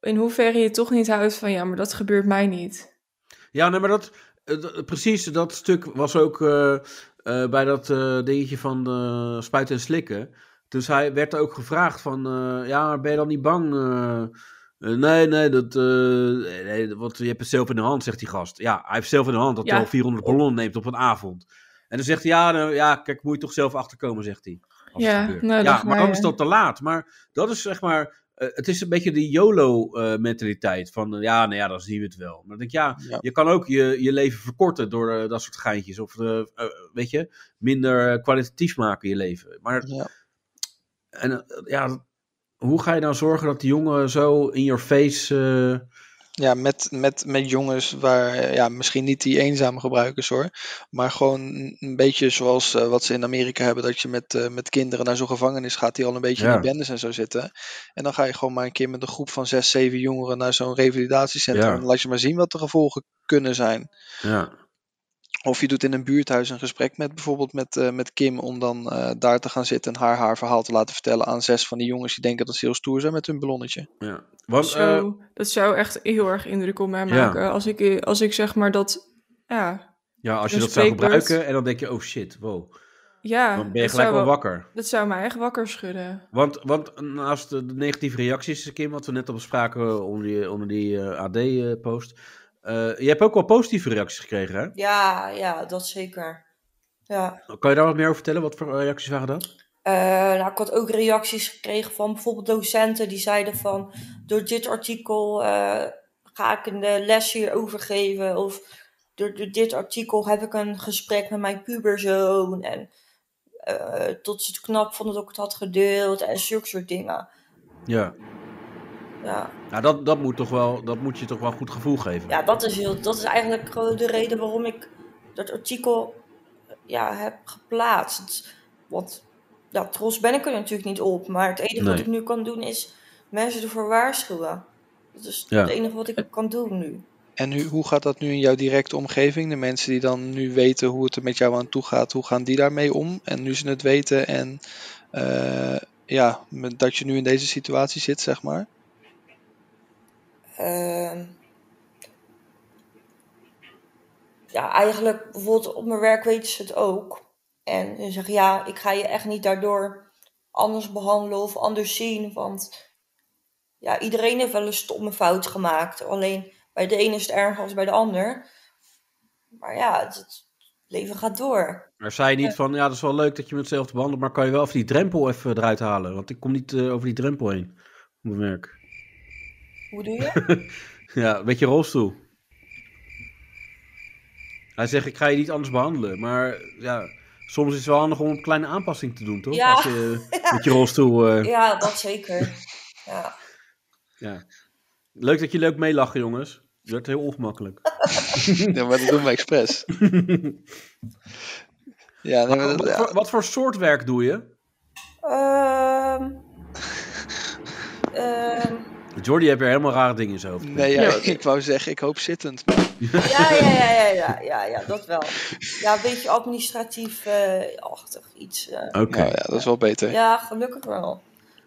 S4: In hoeverre je toch niet houdt van ja, maar dat gebeurt mij niet.
S2: Ja, nee, maar dat, eh, dat- precies, dat stuk was ook eh, eh, bij dat eh, dingetje van eh, spuiten en slikken. Dus hij werd ook gevraagd van, eh, ja, maar ben je dan niet bang? eh? Eh, nee, nee, dat, eh, nee, nee, want je hebt het zelf in de hand, zegt die gast. Ja, hij heeft zelf in de hand dat
S4: Ja.
S2: hij al 400 ballonnen neemt op een avond. En dan zegt hij, ja, nou, ja, kijk, moet je toch zelf achterkomen, zegt hij. als het
S4: Ja,
S2: gebeurt.
S4: nou, dat
S2: ja
S4: is
S2: maar
S4: waar,
S2: anders is
S4: ja.
S2: dat te laat. Maar dat is zeg maar, eh, het is een beetje de YOLO-mentaliteit. van, eh, ja, nou ja, dan zien we het wel. Maar dan denk ik, ja,
S5: Ja.
S2: je kan ook je, je leven verkorten door eh, dat soort geintjes. Of, eh, eh, weet je, minder eh, kwalitatief maken je leven. Maar
S5: Ja.
S2: en, eh, ja, hoe ga je dan zorgen dat die jongen zo in your face... eh,
S5: Ja, met, met, met jongens waar, eh, ja, misschien niet die eenzame gebruikers hoor, maar gewoon een- een beetje zoals eh, wat ze in Amerika hebben, dat je met, eh, met kinderen naar zo'n gevangenis gaat die al een beetje in
S2: Ja.
S5: die bendes en zo zitten. En dan ga je gewoon maar een keer met een groep van zes, zeven jongeren naar zo'n revalidatiecentrum
S2: Ja.
S5: en dan laat je maar zien wat de gevolgen kunnen zijn.
S2: ja,
S5: Of je doet in een buurthuis een gesprek met bijvoorbeeld met, eh, met Kim om dan eh, daar te gaan zitten en haar haar verhaal te laten vertellen aan zes van die jongens die denken dat ze heel stoer zijn met hun ballonnetje.
S2: ja. Want, eh,
S4: Zo, dat zou echt heel erg indruk op mij
S2: Ja.
S4: maken. Als, ik, als ik zeg maar dat. Ja,
S2: ja, als je
S4: een
S2: dat zou
S4: spreekbeurt.
S2: gebruiken en dan denk je, oh shit, wow.
S4: Ja,
S2: Dan ben je
S4: dat
S2: gelijk wel
S4: zou wel-
S2: wakker.
S4: Dat zou mij echt wakker schudden.
S2: Want, want eh, naast de de negatieve reacties, Kim, wat we net al bespraken onder die, onder die eh, AD-post. eh, je hebt ook wel positieve reacties gekregen, hè?
S3: Ja, ja, dat zeker. Ja.
S2: Kan je daar wat meer over vertellen? Wat voor reacties waren dat?
S3: Eh, nou, ik had ook reacties gekregen van bijvoorbeeld docenten die zeiden van door dit artikel eh, ga ik een eh, les hierover geven of door, door dit artikel heb ik een gesprek met mijn puberzoon en eh, tot ze het knap vonden dat ik het had gedeeld en zulke soort dingen.
S2: Ja.
S3: Ja,
S2: Nou, dat, dat, moet toch wel, dat moet je toch wel een goed gevoel geven.
S3: ja dat, is heel, dat is eigenlijk gewoon de reden waarom ik dat artikel ja, heb geplaatst. Want ja, trots ben ik er natuurlijk niet op. Maar het enige wat
S2: Nee.
S3: ik nu kan doen is mensen ervoor waarschuwen. Dat is
S2: Ja. Eh.
S3: het enige wat ik kan doen nu.
S5: En nu, hoe gaat dat nu in jouw directe omgeving? De mensen die dan nu weten hoe het er met jou aan toe gaat, hoe gaan die daarmee om? En nu ze het weten en eh, ja, met- dat je nu in deze situatie zit, zeg maar.
S3: Ehm, ja, eigenlijk bijvoorbeeld op mijn werk weten ze het ook. En ze zeggen, ja, ik ga je echt niet daardoor anders behandelen of anders zien. Want ja, iedereen heeft wel een stomme fout gemaakt. Alleen bij de ene is het erger dan bij de ander. Maar ja, het, het leven gaat door.
S2: Maar zei je niet van, ja, dat is wel leuk dat je me hetzelfde behandelt, maar kan je wel even die drempel even eruit halen? Want ik kom niet eh, over die drempel heen, op mijn werk.
S3: Hoe doe je?
S2: Ja, een beetje rolstoel. Hij zegt, ik ga je niet anders behandelen, maar ja, soms is het wel handig om een kleine aanpassing te doen, toch?
S3: Ja.
S2: Als je eh, met je rolstoel... eh,
S3: ja, dat zeker. Ja.
S2: ja. Leuk dat je leuk meelachen, jongens. Het werd heel ongemakkelijk.
S5: ja, maar dat doen we expres. ja, nee, maar dat-
S2: Wat
S5: Eh, ja.
S2: voor, wat voor soort werk doe je?
S3: Ehm, ehm,
S2: Jordi heb je helemaal rare dingen in zijn hoofd.
S5: Nee, ja, ik wou zeggen, ik hoop zittend. maar-
S3: Ja, ja, ja, ja, ja, ja, ja, dat wel. Ja, een beetje administratief eh, achtig iets. eh.
S2: Oké.
S5: Nou ja, dat is wel beter.
S3: Ja, gelukkig wel.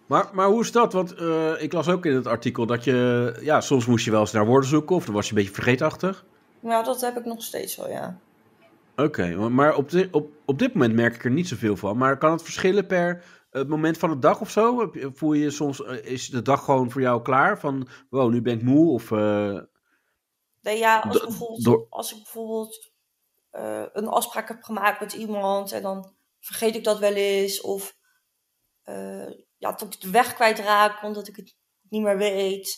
S2: Maar, maar hoe is dat? Want eh, ik las ook in het artikel dat je... Ja, soms moest je wel eens naar woorden zoeken of dan was je een beetje vergeetachtig.
S3: Nou, dat heb ik nog steeds wel, ja.
S2: Oké, maar- maar op, di- op, op dit moment merk ik er niet zoveel van. Maar kan het verschillen per eh, moment van de dag of zo? Heb je- Voel je je soms... eh, is de dag gewoon voor jou klaar? Van, wow, nu ben ik moe of... eh,
S3: Nee, ja, als,
S2: Do-
S3: bijvoorbeeld,
S2: door-
S3: als ik bijvoorbeeld eh, een afspraak heb gemaakt met iemand en dan vergeet ik dat wel eens. Of eh, ja, dat ik de weg kwijtraak omdat ik het niet meer weet.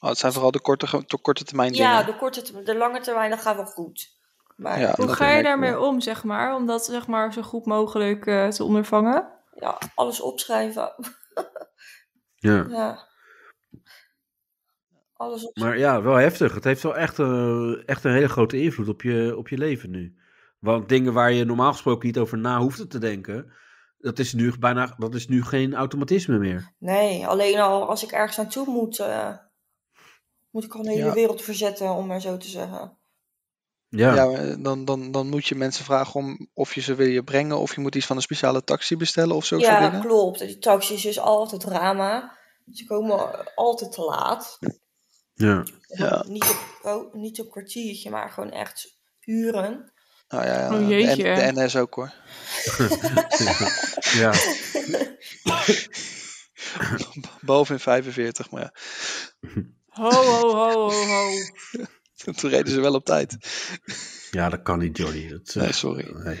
S5: Oh, het zijn vooral de korte, ge- de korte termijn dingen.
S3: Ja, de, korte, term- de lange termijn, dat gaat wel goed. Maar
S5: Ja,
S3: ja,
S4: Hoe
S5: dat
S4: ga je
S5: merk ik
S4: daarmee
S5: wel.
S4: om, zeg maar? Om dat zeg maar, zo goed mogelijk eh, te ondervangen?
S3: alles opschrijven.
S2: ja.
S3: Ja. Alles opschrijven.
S2: Maar ja, wel heftig. Het heeft wel echt, eh, echt een hele grote invloed op je, op je leven nu. Want dingen waar je normaal gesproken niet over na hoeft te denken, dat is nu, bijna, dat is nu geen automatisme meer.
S3: Nee, alleen al als ik ergens naartoe moet, eh, moet ik al de hele
S5: Ja.
S3: wereld verzetten, om maar zo te zeggen.
S2: Ja,
S5: Ja,
S2: ja.
S5: maar eh, dan, dan, dan moet je mensen vragen om of je ze wil je brengen of je moet iets van een speciale taxi bestellen of zo. soort
S3: ja,
S5: dingen.
S3: klopt. Die taxis is altijd drama. Ze komen altijd te laat.
S5: Ja.
S3: Niet, op, oh, niet op kwartiertje, maar gewoon echt uren.
S5: Nou ja,
S4: Oh,
S5: de N-
S4: jeetje.
S5: de, NS ook hoor.
S2: ja.
S5: Boven in 45, maar ja,
S4: Ho, ho, ho, ho, ho.
S5: toen reden ze wel op tijd.
S2: Ja, dat kan niet, Jordi. Dat, eh,
S5: Nee, sorry.
S2: nee.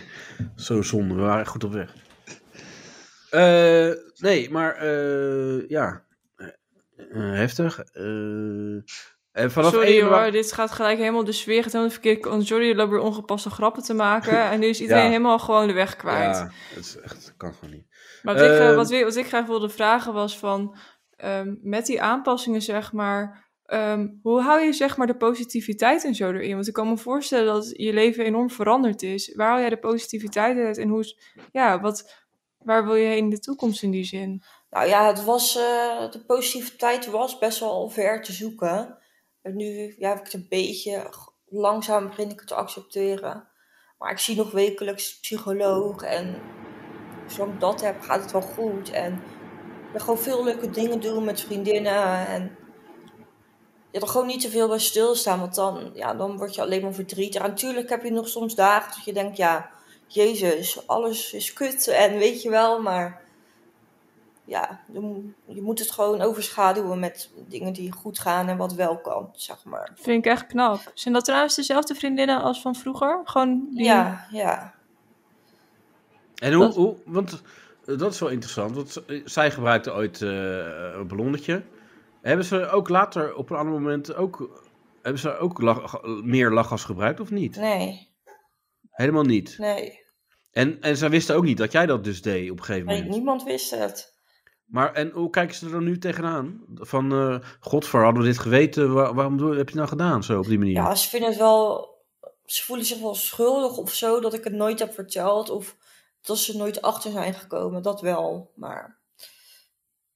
S2: Zo zonde, we waren goed op weg. Eh, nee, maar eh, ja, Eh, eh, heftig. Eh, en vanaf
S4: Sorry
S2: 1
S4: hoor,
S2: januari-
S4: dit gaat gelijk helemaal de sfeer gaat helemaal de verkeerde kant. Jordi loopt weer ongepaste grappen te maken. En nu is iedereen
S2: Ja.
S4: helemaal gewoon de weg kwijt.
S2: Ja, het is echt, het kan gewoon niet.
S4: Maar wat, ik, eh,
S2: Ehm.
S4: wat, we- wat ik graag wilde vragen was van, ehm, met die aanpassingen zeg maar, ehm, hoe hou je zeg maar de positiviteit en zo erin? Want ik kan me voorstellen dat je leven enorm veranderd is. Waar haal jij de positiviteit uit en hoe, is- ja, wat, waar wil je heen in de toekomst in die zin?
S3: Nou ja, het was, eh, de positiviteit was best wel ver te zoeken. En nu ja, heb ik het een beetje, langzaam begin ik het te accepteren. Maar ik zie nog wekelijks psycholoog en zolang ik dat heb, gaat het wel goed. En ja, gewoon veel leuke dingen doen met vriendinnen en ja, er gewoon niet te veel bij stilstaan, want dan, ja, dan word je alleen maar verdrietig. En natuurlijk heb je nog soms dagen dat je denkt, ja, jezus, alles is kut en weet je wel, maar ja, je mo- je moet het gewoon overschaduwen met dingen die goed gaan en wat wel kan, zeg maar.
S4: Vind ik echt knap. Zijn dat trouwens dezelfde vriendinnen als van vroeger? Gewoon die...
S3: Ja, ja.
S2: En hoe,
S4: Dat-
S2: hoe, want eh, dat is wel interessant, want z- eh, zij gebruikte ooit eh, een ballonnetje. Hebben ze ook later op een ander moment ook, hebben ze ook lach- eh, meer lachgas gebruikt of niet?
S3: Nee,
S2: Helemaal niet.
S3: nee.
S2: En, en zij wisten ook niet dat jij dat dus deed op een gegeven
S3: Nee,
S2: moment.
S3: niemand wist het.
S2: Maar en hoe kijken ze er dan nu tegenaan? Van, eh godver, hadden we dit geweten, wa- waarom doe- heb je het nou gedaan zo op die manier?
S3: Ja, ze vinden het wel. Ze voelen zich wel schuldig of zo dat ik het nooit heb verteld. Of dat ze er nooit achter zijn gekomen. Dat wel. Maar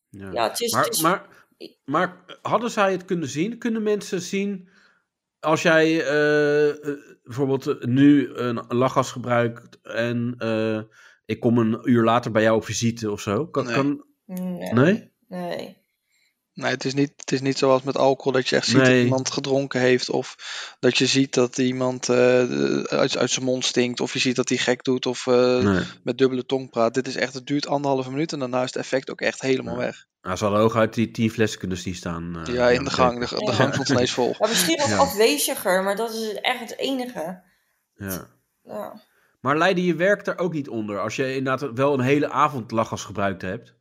S2: Ja.
S3: ja, Dus het is.
S2: maar,
S3: het is-
S2: maar, maar hadden zij het kunnen zien? Kunnen mensen zien als jij eh, eh, bijvoorbeeld nu een lachgas gebruikt en eh, ik kom een uur later bij jou op visite of zo? Kan,
S5: Nee.
S2: kan,
S3: nee.
S2: nee?
S3: nee.
S5: Nee, het is, niet, het is niet zoals met alcohol dat je echt ziet dat
S2: Nee.
S5: iemand gedronken heeft. Of dat je ziet dat iemand eh, uit, uit zijn mond stinkt. Of je ziet dat hij gek doet of eh,
S2: nee.
S5: met dubbele tong praat. Dit is echt, het duurt anderhalve minuut en daarna is het effect ook echt helemaal
S2: Nee.
S5: weg.
S2: Nou, ze hadden hooguit die tien flessen kunnen zien staan. eh,
S5: ja, in
S2: aan
S5: de
S2: het
S5: gang.
S2: teken.
S5: De, de
S3: Ja.
S5: gang stond ineens vol.
S3: Maar misschien wat
S2: Ja.
S3: afweziger, maar dat is echt het enige.
S2: Ja.
S3: Ja.
S2: Maar leidde je werk daar ook niet onder? Als je inderdaad wel een hele avond lachgas gebruikt hebt.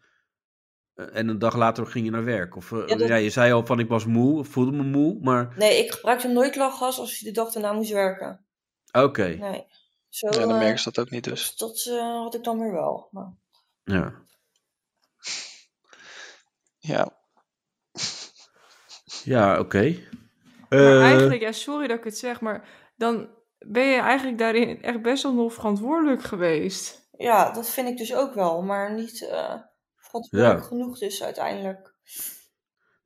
S2: eh, En een dag later ging je naar werk. Of eh,
S3: Ja,
S2: ja,
S3: dat-
S2: je zei al van ik was moe, of voelde me moe, maar
S3: Nee, ik gebruikte nooit lachgas als ik de dag daarna moest werken.
S2: oké.
S3: Nee. Zo,
S5: Ja, dan
S3: eh,
S5: merk je dat ook niet dus.
S3: dat, dat, eh, had ik dan weer wel. Maar,
S2: Ja.
S5: Ja,
S2: Ja, oké.
S4: Maar
S2: Eh,
S4: eigenlijk, ja, sorry dat ik het zeg, maar dan ben je eigenlijk daarin echt best wel nog verantwoordelijk geweest.
S3: ja, dat vind ik dus ook wel. Maar niet eh verantwoordelijk genoeg dus uiteindelijk.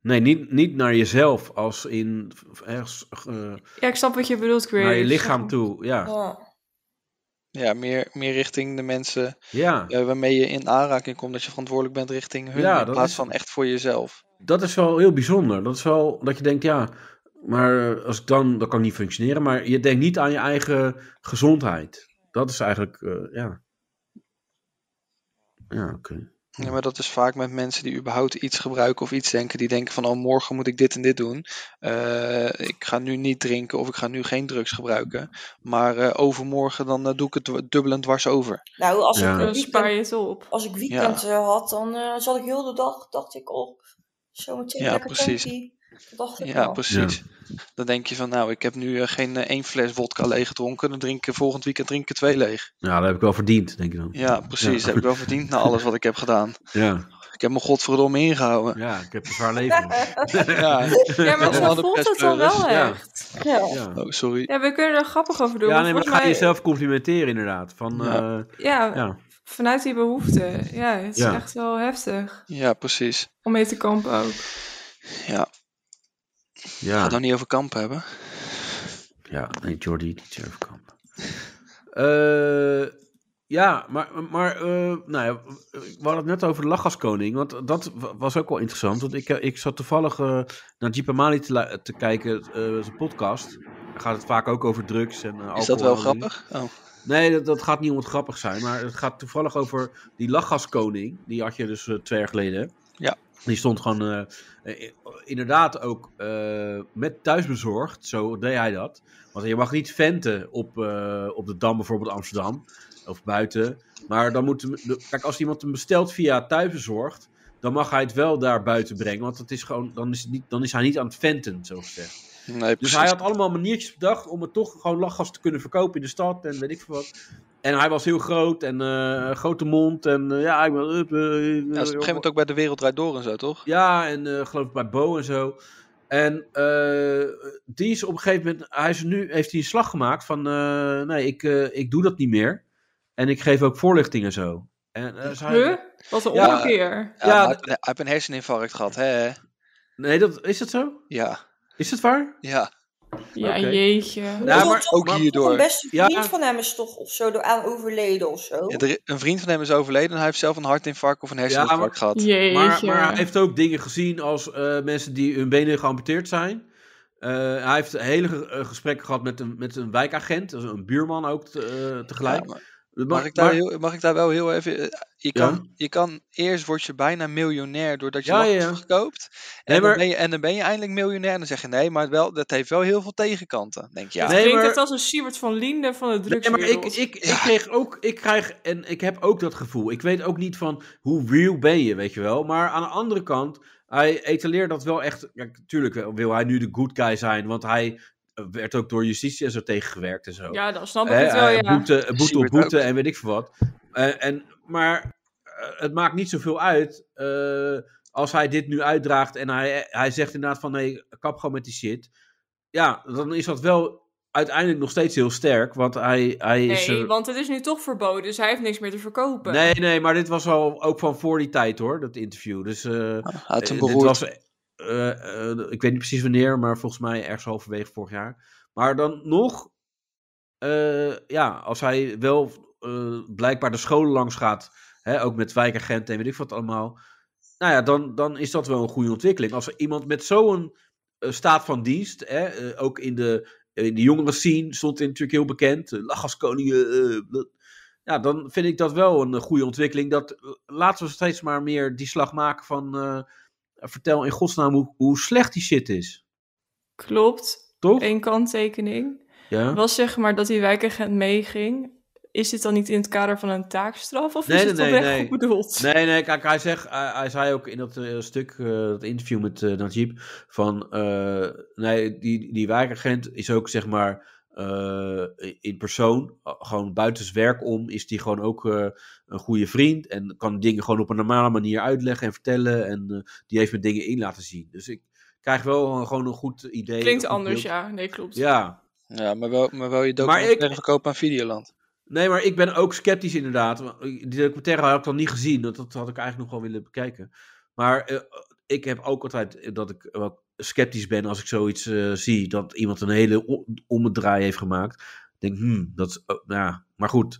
S2: Nee, niet, niet naar jezelf als in ergens, eh,
S4: Ja, ik snap wat je bedoelt, Chris.
S2: naar Nou, je lichaam toe. Ja.
S3: Ja.
S5: ja meer, meer richting de mensen
S2: ja,
S5: eh, waarmee je in aanraking komt. Dat je verantwoordelijk bent richting hun
S2: Ja,
S5: in
S2: dat
S5: plaats
S2: is-
S5: van echt voor jezelf.
S2: dat is wel heel bijzonder. Dat is wel dat je denkt, ja, maar eh, als ik dan, dan kan ik niet functioneren. Maar je denkt niet aan je eigen gezondheid. Dat is eigenlijk, eh, ja. Ja, oké.
S5: Ja, maar dat is vaak met mensen die überhaupt iets gebruiken of iets denken. Die denken van, oh, morgen moet ik dit en dit doen. Eh, ik ga nu niet drinken of ik ga nu geen drugs gebruiken. Maar eh, overmorgen dan eh, doe ik het dwa- dubbel en dwars over.
S3: Nou, als
S2: Ja.
S3: ik een
S4: Dan spaar
S3: weekend,
S4: je het
S2: Oh,
S4: op.
S3: als ik weekend eh, had, dan eh, zat ik heel de dag, dacht ik, oh, zometeen
S5: Ja,
S3: lekker
S5: precies.
S3: tankie. Dat dacht ik
S5: Ja,
S3: al.
S5: precies. Dan denk je van, nou, ik heb nu eh, geen eh, één fles wodka leeg gedronken. Dan drink ik volgend weekend drink ik er twee leeg.
S2: Ja, dat heb ik wel verdiend, denk ik dan.
S5: Ja, precies.
S2: Ja.
S5: Heb ik wel verdiend na alles wat ik heb gedaan.
S2: Ja,
S5: Ik heb me godverdomme ingehouden.
S2: ja ik heb een zwaar leven.
S5: Ja.
S4: Ja, maar
S5: Allemaal
S4: zo
S5: de
S4: voelt het dan
S5: pestpleuris.
S4: wel
S2: eh, Ja.
S4: echt.
S3: Ja.
S2: Ja.
S5: Oh, sorry.
S4: Ja, we kunnen er grappig over doen.
S2: Ja,
S4: maar
S2: nee, maar dan
S4: volgens
S2: ga je
S4: mij-
S2: jezelf complimenteren inderdaad. Van,
S5: Ja.
S2: eh,
S4: Ja,
S2: ja.
S4: vanuit die behoefte. Ja, het is
S2: Ja.
S4: echt wel heftig.
S5: Ja, precies.
S4: Om mee te kampen ook.
S5: Ja,
S2: Ja,
S5: ga het nou niet over kamp hebben.
S2: ja. nee, Jordi, die Turfkamp. Eh, ja, maar, maar eh, nou ja, we hadden het net over de lachgaskoning. Want dat wa- was ook wel interessant. Want ik, eh, ik zat toevallig eh, naar Jeep Mali te, lu- te kijken, eh, zijn podcast. Daar gaat het vaak ook over drugs en eh, alcohol.
S5: Is dat wel
S2: en
S5: grappig? Oh.
S2: Nee, dat, dat gaat niet om het grappig zijn. Maar het gaat toevallig over die lachgaskoning. Die had je dus eh, twee jaar geleden.
S5: Ja.
S2: Die stond gewoon eh, eh, inderdaad ook eh, met thuisbezorgd. Zo deed hij dat. Want je mag niet venten op, eh, op de Dam, bijvoorbeeld Amsterdam. Of buiten. Maar dan moet... de- Kijk, als iemand hem bestelt via thuisbezorgd... Dan mag hij het wel daar buiten brengen. Want dat is gewoon, dan, is het niet, dan is hij niet aan het venten, zo gezegd.
S5: Nee,
S2: Dus
S5: precies.
S2: hij had allemaal maniertjes bedacht om het toch gewoon lachgas te kunnen verkopen in de stad en weet ik veel wat. En hij was heel groot en eh, grote mond en eh, ja, ik ben... eh, eh, eh,
S5: Ja, dat is op een gegeven moment ook bij de wereld draait door en zo, toch?
S2: ja, en eh, geloof ik bij Bo en zo. En eh, die is op een gegeven moment, hij is nu, heeft hij een slag gemaakt van, eh, nee, ik, eh, ik doe dat niet meer. En ik geef ook voorlichting en zo. En, eh, dus hij-
S4: Huh? Wat een
S2: Ja.
S4: ommekeer.
S5: Ja,
S2: Ja,
S5: maar
S2: d-
S5: hij heeft een- hij heeft een herseninfarct gehad, hè?
S2: Nee, dat, is dat zo?
S5: Ja,
S2: Is dat waar?
S5: ja.
S4: Ja,
S2: Oké.
S4: jeetje.
S2: Ja,
S3: Toch-
S2: maar
S3: toch-
S5: ook
S3: toch
S5: hierdoor.
S3: Een beste
S2: Ja.
S3: vriend van hem is toch of zo door aan overleden of zo.
S2: Oh.
S5: Ja, er- Een vriend van hem is overleden en hij heeft zelf een hartinfarct of een herseninfarct
S2: maar-
S5: gehad.
S2: Maar,
S4: Jeetje.
S2: maar hij heeft ook dingen gezien als eh, mensen die hun benen geamputeerd zijn. Eh, hij heeft hele ge- eh, gesprekken gehad met een, met een wijkagent, dus een buurman ook te- eh, tegelijk.
S5: Ja, maar- Mag ik, daar heel, mag ik daar wel heel even... eh, Je
S2: Ja.
S5: kan, je kan eerst word je bijna miljonair doordat je
S2: Ja,
S5: ja,
S2: ja, ja.
S5: koopt. En,
S2: Nee, maar-
S5: dan ben je, en dan ben je eindelijk miljonair. En dan zeg je nee, maar wel, dat heeft wel heel veel tegenkanten. Dan denk je, ja,
S2: Nee,
S4: Klinkt
S2: maar-
S4: echt als een Siebert van Liende van de
S2: Nee, maar ik,
S4: drugswereld.
S2: ik, ik
S5: Ja.
S2: kreeg ook, ik krijg, en ik heb ook dat gevoel. Ik weet ook niet van hoe real ben je, weet je wel. Maar aan de andere kant, hij etaleert dat wel echt. Ja, natuurlijk wil hij nu de good guy zijn, want hij eh, werd ook door justitie en zo tegengewerkt en zo.
S4: Ja, dan snap ik
S2: Hè,
S4: het wel,
S2: eh,
S4: ja.
S2: boete, boete op
S5: Siebert
S2: boete
S5: ook.
S2: en weet ik veel wat. Eh, en, maar eh, het maakt niet zoveel uit eh, als hij dit nu uitdraagt en hij, hij zegt inderdaad van nee, kap gewoon met die shit. Ja, dan is dat wel uiteindelijk nog steeds heel sterk, want hij, hij is
S4: Nee,
S2: er-
S4: want het is nu toch verboden, dus hij heeft niks meer te verkopen.
S2: Nee, nee, maar dit was al ook van voor die tijd hoor, dat interview. Dus eh,
S5: uit een
S2: eh, dit
S5: beroerd.
S2: was, eh, eh, ik weet niet precies wanneer, maar volgens mij ergens halverwege vorig jaar. Maar dan nog, eh, ja, als hij wel eh, blijkbaar de scholen langs gaat, hè, ook met wijkagenten en weet ik wat allemaal. Nou ja, dan, dan is dat wel een goede ontwikkeling. Als er iemand met zo'n eh, staat van dienst, hè, eh, ook in de, in de jongeren scene stond hij natuurlijk heel bekend, eh, lach als koning. eh, eh, dat- ja, dan vind ik dat wel een eh, goede ontwikkeling. Dat, eh, laten we steeds maar meer die slag maken van eh, vertel in godsnaam hoe, hoe slecht die shit is.
S4: Klopt,
S2: Toch?
S4: één kanttekening.
S2: Ja.
S4: Was zeg maar dat die wijkagent meeging. Is dit dan niet in het kader van een taakstraf? Of
S2: Nee,
S4: is
S2: nee,
S4: het
S2: nee,
S4: oprecht
S2: nee.
S4: goed bedoeld?
S2: Nee, nee, kijk, hij, zegt, hij, hij zei ook in dat eh, stuk, eh, dat interview met eh, Najib, van, eh, nee, die, die wijkagent is ook, zeg maar, eh, in persoon, eh, gewoon buiten zijn werk om, is die gewoon ook eh, een goede vriend en kan dingen gewoon op een normale manier uitleggen en vertellen en eh, die heeft me dingen in laten zien. Dus ik krijg wel een- gewoon een goed idee.
S4: Klinkt
S2: een goed
S4: anders,
S2: beeld.
S4: ja. Nee, klopt.
S2: Ja,
S5: Ja, maar wel, maar wel je
S2: Maar
S5: documentaire
S2: ik-
S5: verkopen aan Videoland.
S2: Nee, maar ik ben ook sceptisch inderdaad. Want, eh, Die documentaire had ik dan niet gezien. Dat, dat had ik eigenlijk nog wel willen bekijken. Maar eh, ik heb ook altijd eh, dat ik wel sceptisch ben als ik zoiets eh, zie. Dat iemand een hele o- omdraai heeft gemaakt. Ik denk, hmm, dat is... oh, nou ja, maar goed.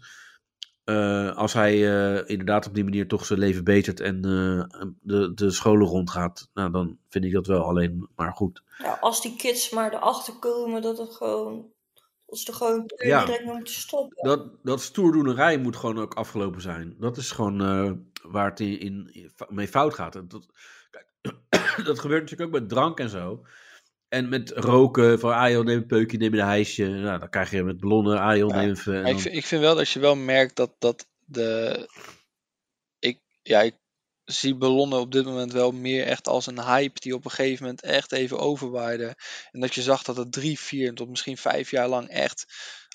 S2: Eh, als hij eh, inderdaad op die manier toch zijn leven betert en eh, de, de scholen rondgaat. Nou, dan vind ik dat wel alleen maar goed.
S3: Nou, als die kids maar erachter komen dat het gewoon. Als ze er gewoon
S2: Ja.
S3: direct mee moeten stoppen.
S2: Dat, dat stoerdoenerij moet gewoon ook afgelopen zijn. Dat is gewoon eh, waar het in, in, in- mee fout gaat. Dat, dat, kijk, dat gebeurt natuurlijk ook met drank en zo. En met roken, van ah joh, neem een peukje, neem een hijsje. Nou, dan krijg je met ballonnen, ah joh,
S5: Ja,
S2: neem even... en
S5: Maar ik,
S2: dan-
S5: vind, ik vind wel dat je wel merkt dat, dat de. Ik, ja, ik zie ballonnen op dit moment wel meer echt als een hype die op een gegeven moment echt even overwaaide. En dat je zag dat het drie, vier tot misschien vijf jaar lang echt.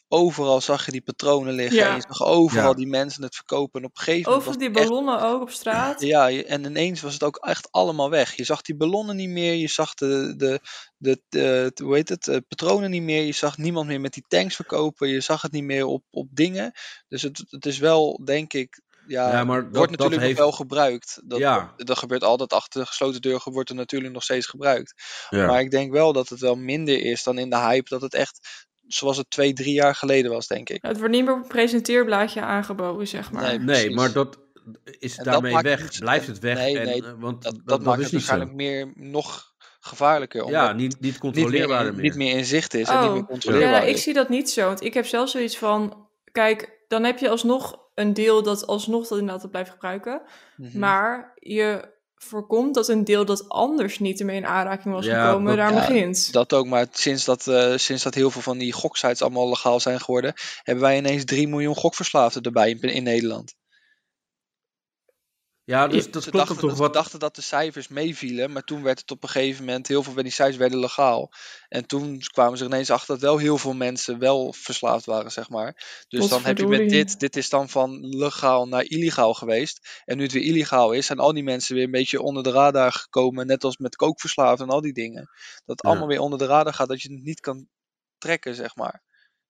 S5: Overal zag je die patronen liggen.
S4: Ja.
S5: En je zag overal
S2: Ja.
S5: die mensen het verkopen. En op een gegeven moment.
S4: Over die
S5: was het echt-
S4: ballonnen ook op straat.
S5: ja, je- en ineens was het ook echt allemaal weg. Je zag die ballonnen niet meer, je zag de, de, de, de- de- hoe heet het, eh, patronen niet meer, je zag niemand meer met die tanks verkopen, je zag het niet meer op, op dingen. Dus het, het is wel, denk ik, ja,
S2: Ja, maar
S5: eh, het
S2: dat-
S5: wordt
S2: dat
S5: natuurlijk
S2: heeft-
S5: nog wel gebruikt. Dat,
S2: ja,
S5: dat gebeurt altijd achter de gesloten deuren, wordt er natuurlijk nog steeds gebruikt.
S2: ja.
S5: Maar ik denk wel dat het wel minder is dan in de hype, dat het echt zoals het twee, drie jaar geleden was, denk ik.
S4: Nou, Het wordt niet meer op een presenteerblaadje aangeboden, zeg maar.
S5: Nee.
S2: nee,
S5: precies.
S2: maar dat is
S5: En dat
S2: daarmee
S5: maakt
S2: weg.
S5: het-
S2: Blijft het weg.
S5: nee,
S2: en,
S5: nee,
S2: eh, want
S5: Dat,
S2: dat,
S5: dat,
S2: dat,
S5: maakt
S2: is
S5: het
S2: niet zo.
S5: waarschijnlijk meer, nog gevaarlijker. omdat
S2: Ja, niet, niet
S5: niet meer,
S2: controleerbaar meer.
S5: in- niet meer in zicht is en niet meer
S4: ja,
S5: controleerbaar
S4: nou, ik
S5: is.
S4: zie dat niet zo. Want ik heb zelf zoiets van... Kijk, dan heb je alsnog een deel dat alsnog dat inderdaad blijft gebruiken.
S5: Mhm.
S4: Maar je voorkomt dat een deel dat anders niet ermee in aanraking was
S2: Ja, dat-
S4: gekomen, daar
S5: ja,
S4: begint.
S5: Dat ook, maar sinds dat, eh, sinds dat heel veel van die goksites allemaal legaal zijn geworden, hebben wij ineens 3 miljoen gokverslaafden erbij in, in Nederland.
S2: Ja, dus
S5: Ze
S2: dat klopt
S5: dachten,
S2: dan toch
S5: ze
S2: wat...
S5: dachten dat de cijfers meevielen, maar toen werd het op een gegeven moment, heel veel van die sites werden legaal. En toen kwamen ze er ineens achter dat wel heel veel mensen wel verslaafd waren, zeg maar. Dus dan heb je met
S4: Potverdorie.
S5: dit, dit is dan van legaal naar illegaal geweest. En nu het weer illegaal is, zijn al die mensen weer een beetje onder de radar gekomen. Net als met kookverslaafd en al die dingen. Dat het
S2: Ja.
S5: allemaal weer onder de radar gaat, dat je het niet kan trekken, zeg maar.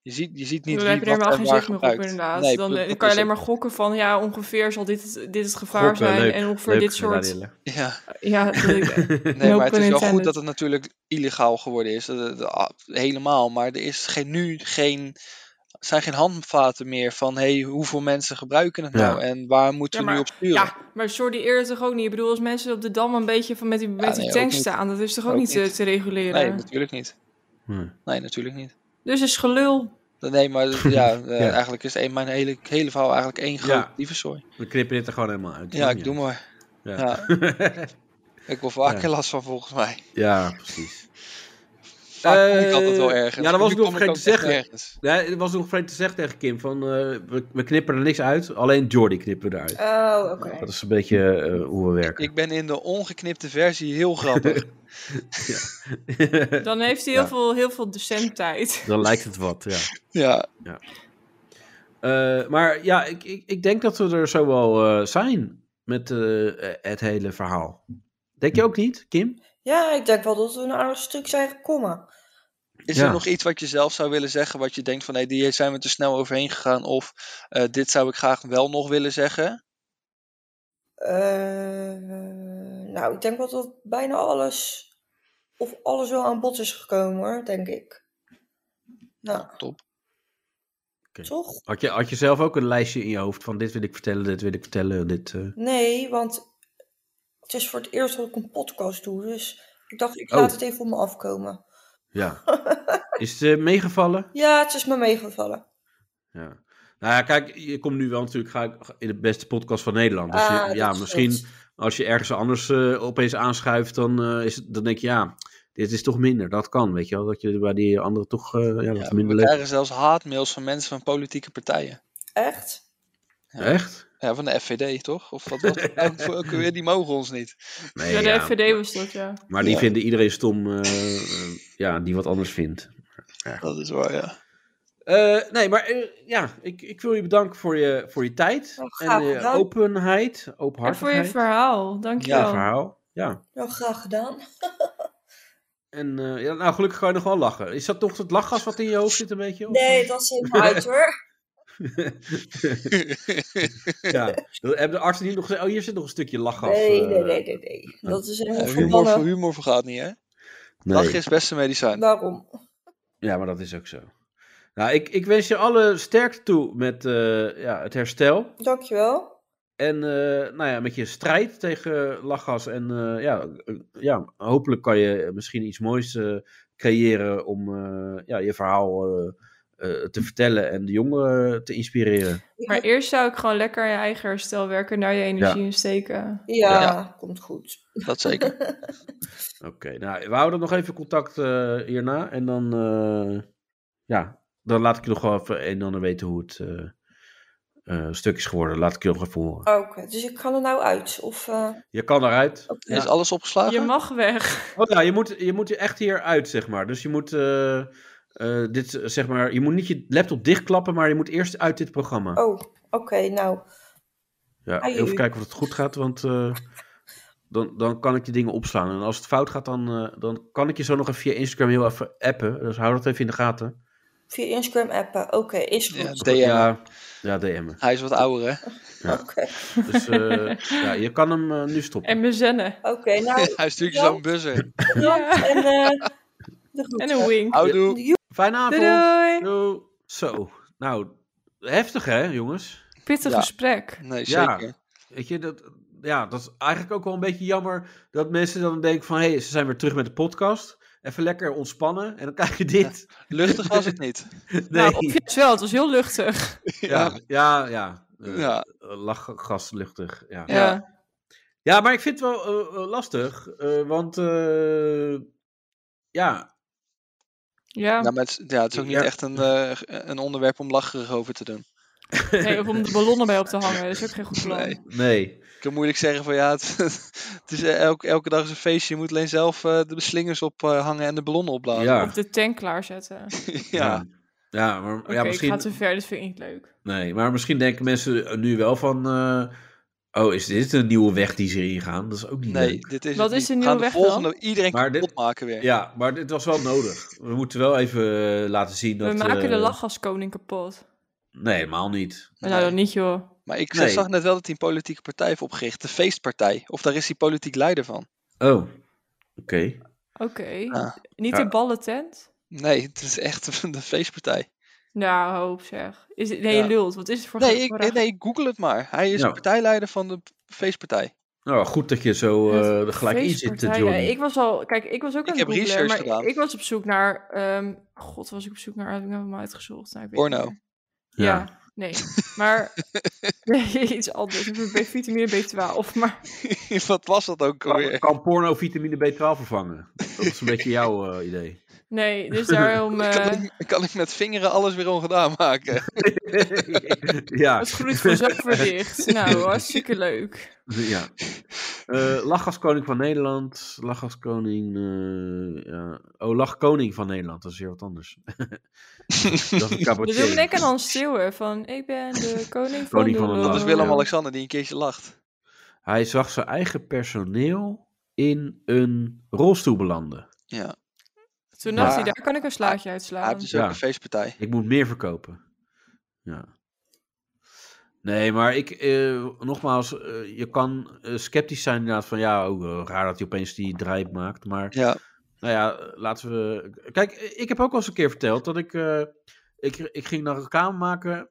S5: Je ziet, je ziet niet
S4: dan
S5: wie,
S4: heb je er
S5: wat
S4: helemaal
S5: en
S4: geen
S5: waar
S4: zicht meer op,
S5: gebruikt.
S4: inderdaad.
S5: Nee,
S4: dan
S5: dat-
S4: eh,
S5: dat
S4: kan je
S5: is
S4: alleen maar gokken van, ja, ongeveer zal dit het, dit het gevaar
S2: Gokken,
S4: zijn.
S2: leuk,
S4: en ongeveer
S2: leuk,
S4: dit soort...
S2: Radille.
S5: het. Ja.
S4: Ja, dat ik- eh,
S5: Nee,
S4: No
S5: maar het is
S4: pun
S5: wel goed
S4: intended.
S5: dat het natuurlijk illegaal geworden is. Dat- dat- dat- ah, helemaal. Maar er is geen, nu geen, zijn geen handvaten meer van hey, hoeveel mensen gebruiken het
S2: Ja.
S5: nou en waar moeten
S4: ja,
S5: we nu op
S4: maar,
S5: sturen?
S4: ja, maar sorry, eerder toch ook niet. Ik bedoel, als mensen op de Dam een beetje van met die, met die
S5: Ah, nee, ook
S4: tanks
S5: niet.
S4: staan, dat is toch ook,
S5: Ook
S4: niet eh,
S5: niet.
S4: te reguleren?
S5: nee, natuurlijk niet.
S2: Hm.
S5: Nee, natuurlijk niet.
S4: Dus is gelul.
S5: Nee, maar ja, eh,
S2: Ja.
S5: eigenlijk is het een, mijn hele, hele verhaal eigenlijk één groot
S2: Ja.
S5: ja. dievenzooi.
S2: We knippen dit er gewoon helemaal uit.
S5: Ja, ik doe maar.
S2: Ja.
S5: Ja, ik word vaker last van volgens mij.
S2: Ja, precies.
S5: Vaak
S2: Eh,
S5: kom ik altijd wel ergens.
S2: ja, dat was
S5: Nu
S2: ik nog
S5: kom
S2: vergeten
S5: ook echt
S2: te zeggen.
S5: nergens.
S2: Nee, er was nog vreemd te zeggen tegen Kim van eh, we, we knippen er niks uit, alleen Jordi knippen we eruit.
S3: Oh, oké.
S2: Dat is een beetje eh, hoe we werken.
S5: Ik ben in de ongeknipte versie heel grappig.
S4: Dan heeft hij heel,
S2: Ja.
S4: veel, heel veel docenttijd.
S2: Dan lijkt het wat, ja.
S5: ja,
S2: Eh, maar ja, ik, ik, ik denk dat we er zo wel eh, zijn met eh, het hele verhaal. Denk je ook niet, Kim?
S3: Ja, ik denk wel dat we een aardig stuk zijn gekomen.
S5: is
S2: Ja.
S5: er nog iets wat je zelf zou willen zeggen, wat je denkt van, hé, die zijn we te snel overheen gegaan, of eh, dit zou ik graag wel nog willen zeggen?
S3: Eh, nou, ik denk wel dat bijna alles, of alles wel aan bod is gekomen hoor, denk ik. Nou,
S5: Top.
S3: toch?
S2: Had je, had je zelf ook een lijstje in je hoofd van dit wil ik vertellen, dit wil ik vertellen, dit... eh,
S3: Nee, want het is voor het eerst dat ik een podcast doe, dus ik dacht ik
S2: Oh.
S3: laat het even op me afkomen.
S2: ja. Is het eh, meegevallen?
S3: Ja, het is me meegevallen.
S2: Ja. Nou ja, kijk, je komt nu wel natuurlijk ga ik in de beste podcast van Nederland. Dus je-
S3: Ah, dat
S2: ja,
S3: scheelt.
S2: misschien als je ergens anders eh, opeens aanschuift, dan, eh, is het, dan denk je, ja, dit is toch minder. Dat kan, weet je wel. Dat je bij die andere toch eh, ja, dat
S5: Ja,
S2: is
S5: we
S2: minder leuk.
S5: krijgen zelfs haatmails van mensen van politieke partijen.
S3: Echt?
S2: Echt?
S5: Ja, van de FVD, toch? Of wat was het? ook, ook weer, die mogen ons niet.
S2: Nee,
S4: Ja, de
S2: ja.
S4: FVD was dat, ja.
S2: Maar die
S5: Ja.
S2: vinden iedereen stom eh, eh, ja, die wat anders vindt.
S5: Dat is waar, ja.
S2: Eh, nee, maar eh, ja, ik, ik wil je bedanken voor je, voor je tijd.
S3: Nou,
S2: en
S3: graag
S2: je
S3: gedaan.
S2: openheid,
S4: Oh, En voor
S2: openhartigheid.
S4: je verhaal, dankjewel.
S2: Ja, verhaal. Ja.
S3: Nou, graag gedaan.
S2: En eh, ja, nou, gelukkig kan je nog wel lachen. Is dat toch het lachgas wat in je hoofd zit een beetje? of- eh?
S3: Nee, dat is helemaal uit hoor.
S2: ja. Dan Hebben de artsen niet nog gezegd, oh, hier zit nog een stukje lachgas.
S3: Nee,
S2: eh.
S3: nee, nee, nee, nee. Dat is helemaal
S5: humor, voor
S3: verbannen.
S5: humor vergaat niet, hè?
S2: Nee.
S5: Lachen is beste medicijn.
S3: Daarom.
S2: Ja, maar dat is ook zo. Nou, ik, ik wens je alle sterkte toe met eh, ja, het herstel.
S3: Dankjewel.
S2: En eh, nou ja, met je strijd tegen lachgas. En eh, ja, eh, ja, hopelijk kan je misschien iets moois eh, creëren om eh, ja, je verhaal eh, eh, te vertellen en de jongeren te inspireren.
S4: Maar eerst zou ik gewoon lekker aan je eigen herstel werken, daar je energie in steken.
S3: Ja,
S5: Ja.
S3: komt goed.
S5: Dat zeker.
S2: Oké, nou, we houden nog even contact eh, hierna. En dan, eh, ja, dan laat ik je nog wel even een en ander weten hoe het eh, eh, stuk is geworden. Laat ik je nog even horen.
S3: Oké, dus ik ga er nou uit. Of, eh,
S2: Je kan eruit.
S3: oké.
S5: Is
S2: Ja.
S5: alles
S4: Je
S5: opgeslagen?
S4: mag weg.
S2: Oh ja, je moet, je moet echt hier uit, zeg maar. Dus je moet, eh, eh, dit, eh, zeg maar, je moet niet je laptop dichtklappen, maar je moet eerst uit dit programma.
S3: Oh, oké, nou.
S2: Ja,
S3: ai,
S2: even
S3: ai.
S2: kijken of het goed gaat, want eh, dan, dan kan ik je dingen opslaan. En als het fout gaat, dan, eh, dan kan ik je zo nog even via Instagram heel even appen. Dus hou dat even in de gaten.
S3: Via Instagram appen. Oké, is
S5: Ja,
S3: goed.
S5: DM.
S2: Ja, ja DM'en.
S5: Hij is wat ouder, hè?
S2: Ja.
S3: Oké,
S2: Dus eh, ja, je kan hem eh, nu stoppen.
S4: En bezennen.
S3: oké,
S4: Oh,
S3: nou.
S5: Hij stuurt je
S3: Ja.
S5: zo'n buzzer.
S4: Ja.
S3: En, eh de groeten.
S4: En een wink.
S5: Houdoe.
S2: Fijne
S4: Doei
S5: Ah,
S2: avond.
S4: doei.
S2: Doei. Zo, nou, heftig hè, jongens?
S4: Pittig
S5: Ja.
S4: gesprek.
S5: Nee,
S2: Ja.
S5: zeker.
S2: Weet je, dat, ja, dat is eigenlijk ook wel een beetje jammer dat mensen dan denken van... hé, hey, ze zijn weer terug met de podcast. Even lekker ontspannen en dan krijg je dit.
S5: Luchtig was het niet.
S2: Nee,
S4: Nou, of juist wel, het was heel luchtig.
S2: ja, ja, ja. Eh,
S5: Ja.
S2: Lachgas luchtig, ja.
S4: Ja.
S5: Ja.
S2: Ja, maar ik vind het wel eh, eh, lastig, eh, want eh, ja,
S4: Ja.
S5: Ja, maar het, is- ja, het is ook niet
S2: Ja.
S5: echt een, eh, een onderwerp om lacherig over te doen.
S4: Nee, of om de ballonnen bij op te hangen, dat is ook geen goed plan.
S5: Nee.
S2: nee.
S5: Ik kan moeilijk zeggen van ja, het, het is eh, elke, elke dag is een feestje. Je moet alleen zelf eh, de slingers ophangen en de ballonnen opblazen.
S2: Ja.
S4: Of de tank klaarzetten. Oké,
S5: Ja.
S2: Ja, maar ja, misschien...
S4: ik ga te ver, dat vind ik niet leuk.
S2: Nee, maar misschien denken mensen nu wel van... eh, oh, is dit een nieuwe weg die ze hierin gaan? Dat is ook niet
S5: Nee,
S2: leuk.
S5: dit is
S4: Wat
S5: het
S4: is de
S5: niet. We
S4: nieuwe
S5: gaan
S4: weg
S5: de volgende iedereen
S2: Maar dit-
S5: kapot maken weer.
S2: Ja, maar dit was wel nodig. We moeten wel even eh, laten zien dat...
S4: We maken de
S2: eh,
S4: lachgaskoning kapot.
S2: Nee, helemaal niet.
S4: Nou,
S5: Nee.
S4: dan niet joh.
S5: Maar ik
S2: Nee.
S5: zag net wel dat hij een politieke partij heeft opgericht. De feestpartij. Of daar is hij politiek leider van.
S2: Oh, oké.
S4: Oké.
S5: Ja.
S4: Niet
S2: Ja.
S4: de ballentent?
S5: Nee, het is echt de feestpartij.
S4: Nou, hoop zeg. Is het, nee,
S5: Ja.
S4: je lult. Wat is het voor
S5: Nee
S4: gek
S5: ik,
S4: voor een-
S5: nee, ik google het maar. Hij is
S2: Ja.
S5: partijleider van de feestpartij.
S2: Nou, goed dat je zo eh,
S4: Ja,
S2: er gelijk in zit, eh,
S4: feestpartijen.
S2: Johnny.
S4: Ik was al, kijk, ik was ook aan
S5: heb
S4: het googlen,
S5: research
S4: maar
S5: gedaan.
S4: ik was op zoek naar, ehm, god, was ik op zoek naar, heb ik nou maar uitgezocht? Nou, ik weet
S5: Porno.
S4: niet meer. Ja. nee, maar nee, iets anders. Ik heb vitamine B12, maar
S5: Wat was dat ook
S2: Kan,
S5: alweer?
S2: kan porno vitamine B12 vervangen? Dat is een beetje jouw eh, idee.
S4: nee, dus daarom eh
S5: Kan ik, kan ik met vingeren alles weer ongedaan maken?
S2: ja,
S4: het groeit vanzelf weer dicht. Nou, hartstikke leuk.
S2: ja. Eh, lach als koning van Nederland. Lach als koning. eh, ja. Oh, lach koning van Nederland. Dat is weer wat anders. dat is een
S4: Dus
S2: cabaretier.
S4: doen we lekker dan stillen van, ik ben de koning van
S2: Koning
S4: de
S2: van het land.
S5: Dat is
S2: Oh, ja.
S5: Willem-Alexander die een keertje lacht.
S2: Hij zag zijn eigen personeel in een rolstoel belanden.
S5: Ja,
S4: Toen dacht hij,
S5: Maar-
S4: daar kan ik een slaatje
S5: hij
S4: uitslaan.
S5: heeft dus
S2: Ja.
S5: ook een feestpartij.
S2: Ik moet meer verkopen. Ja. Nee, maar ik, eh, nogmaals, eh, je kan eh, sceptisch zijn inderdaad van ja, oh, eh, raar dat hij opeens die draai maakt. Maar
S5: Ja,
S2: Nou ja, eh, laten we. Kijk, eh, ik heb ook al eens een keer verteld dat ik. eh, ik, ik ging naar een reclame maken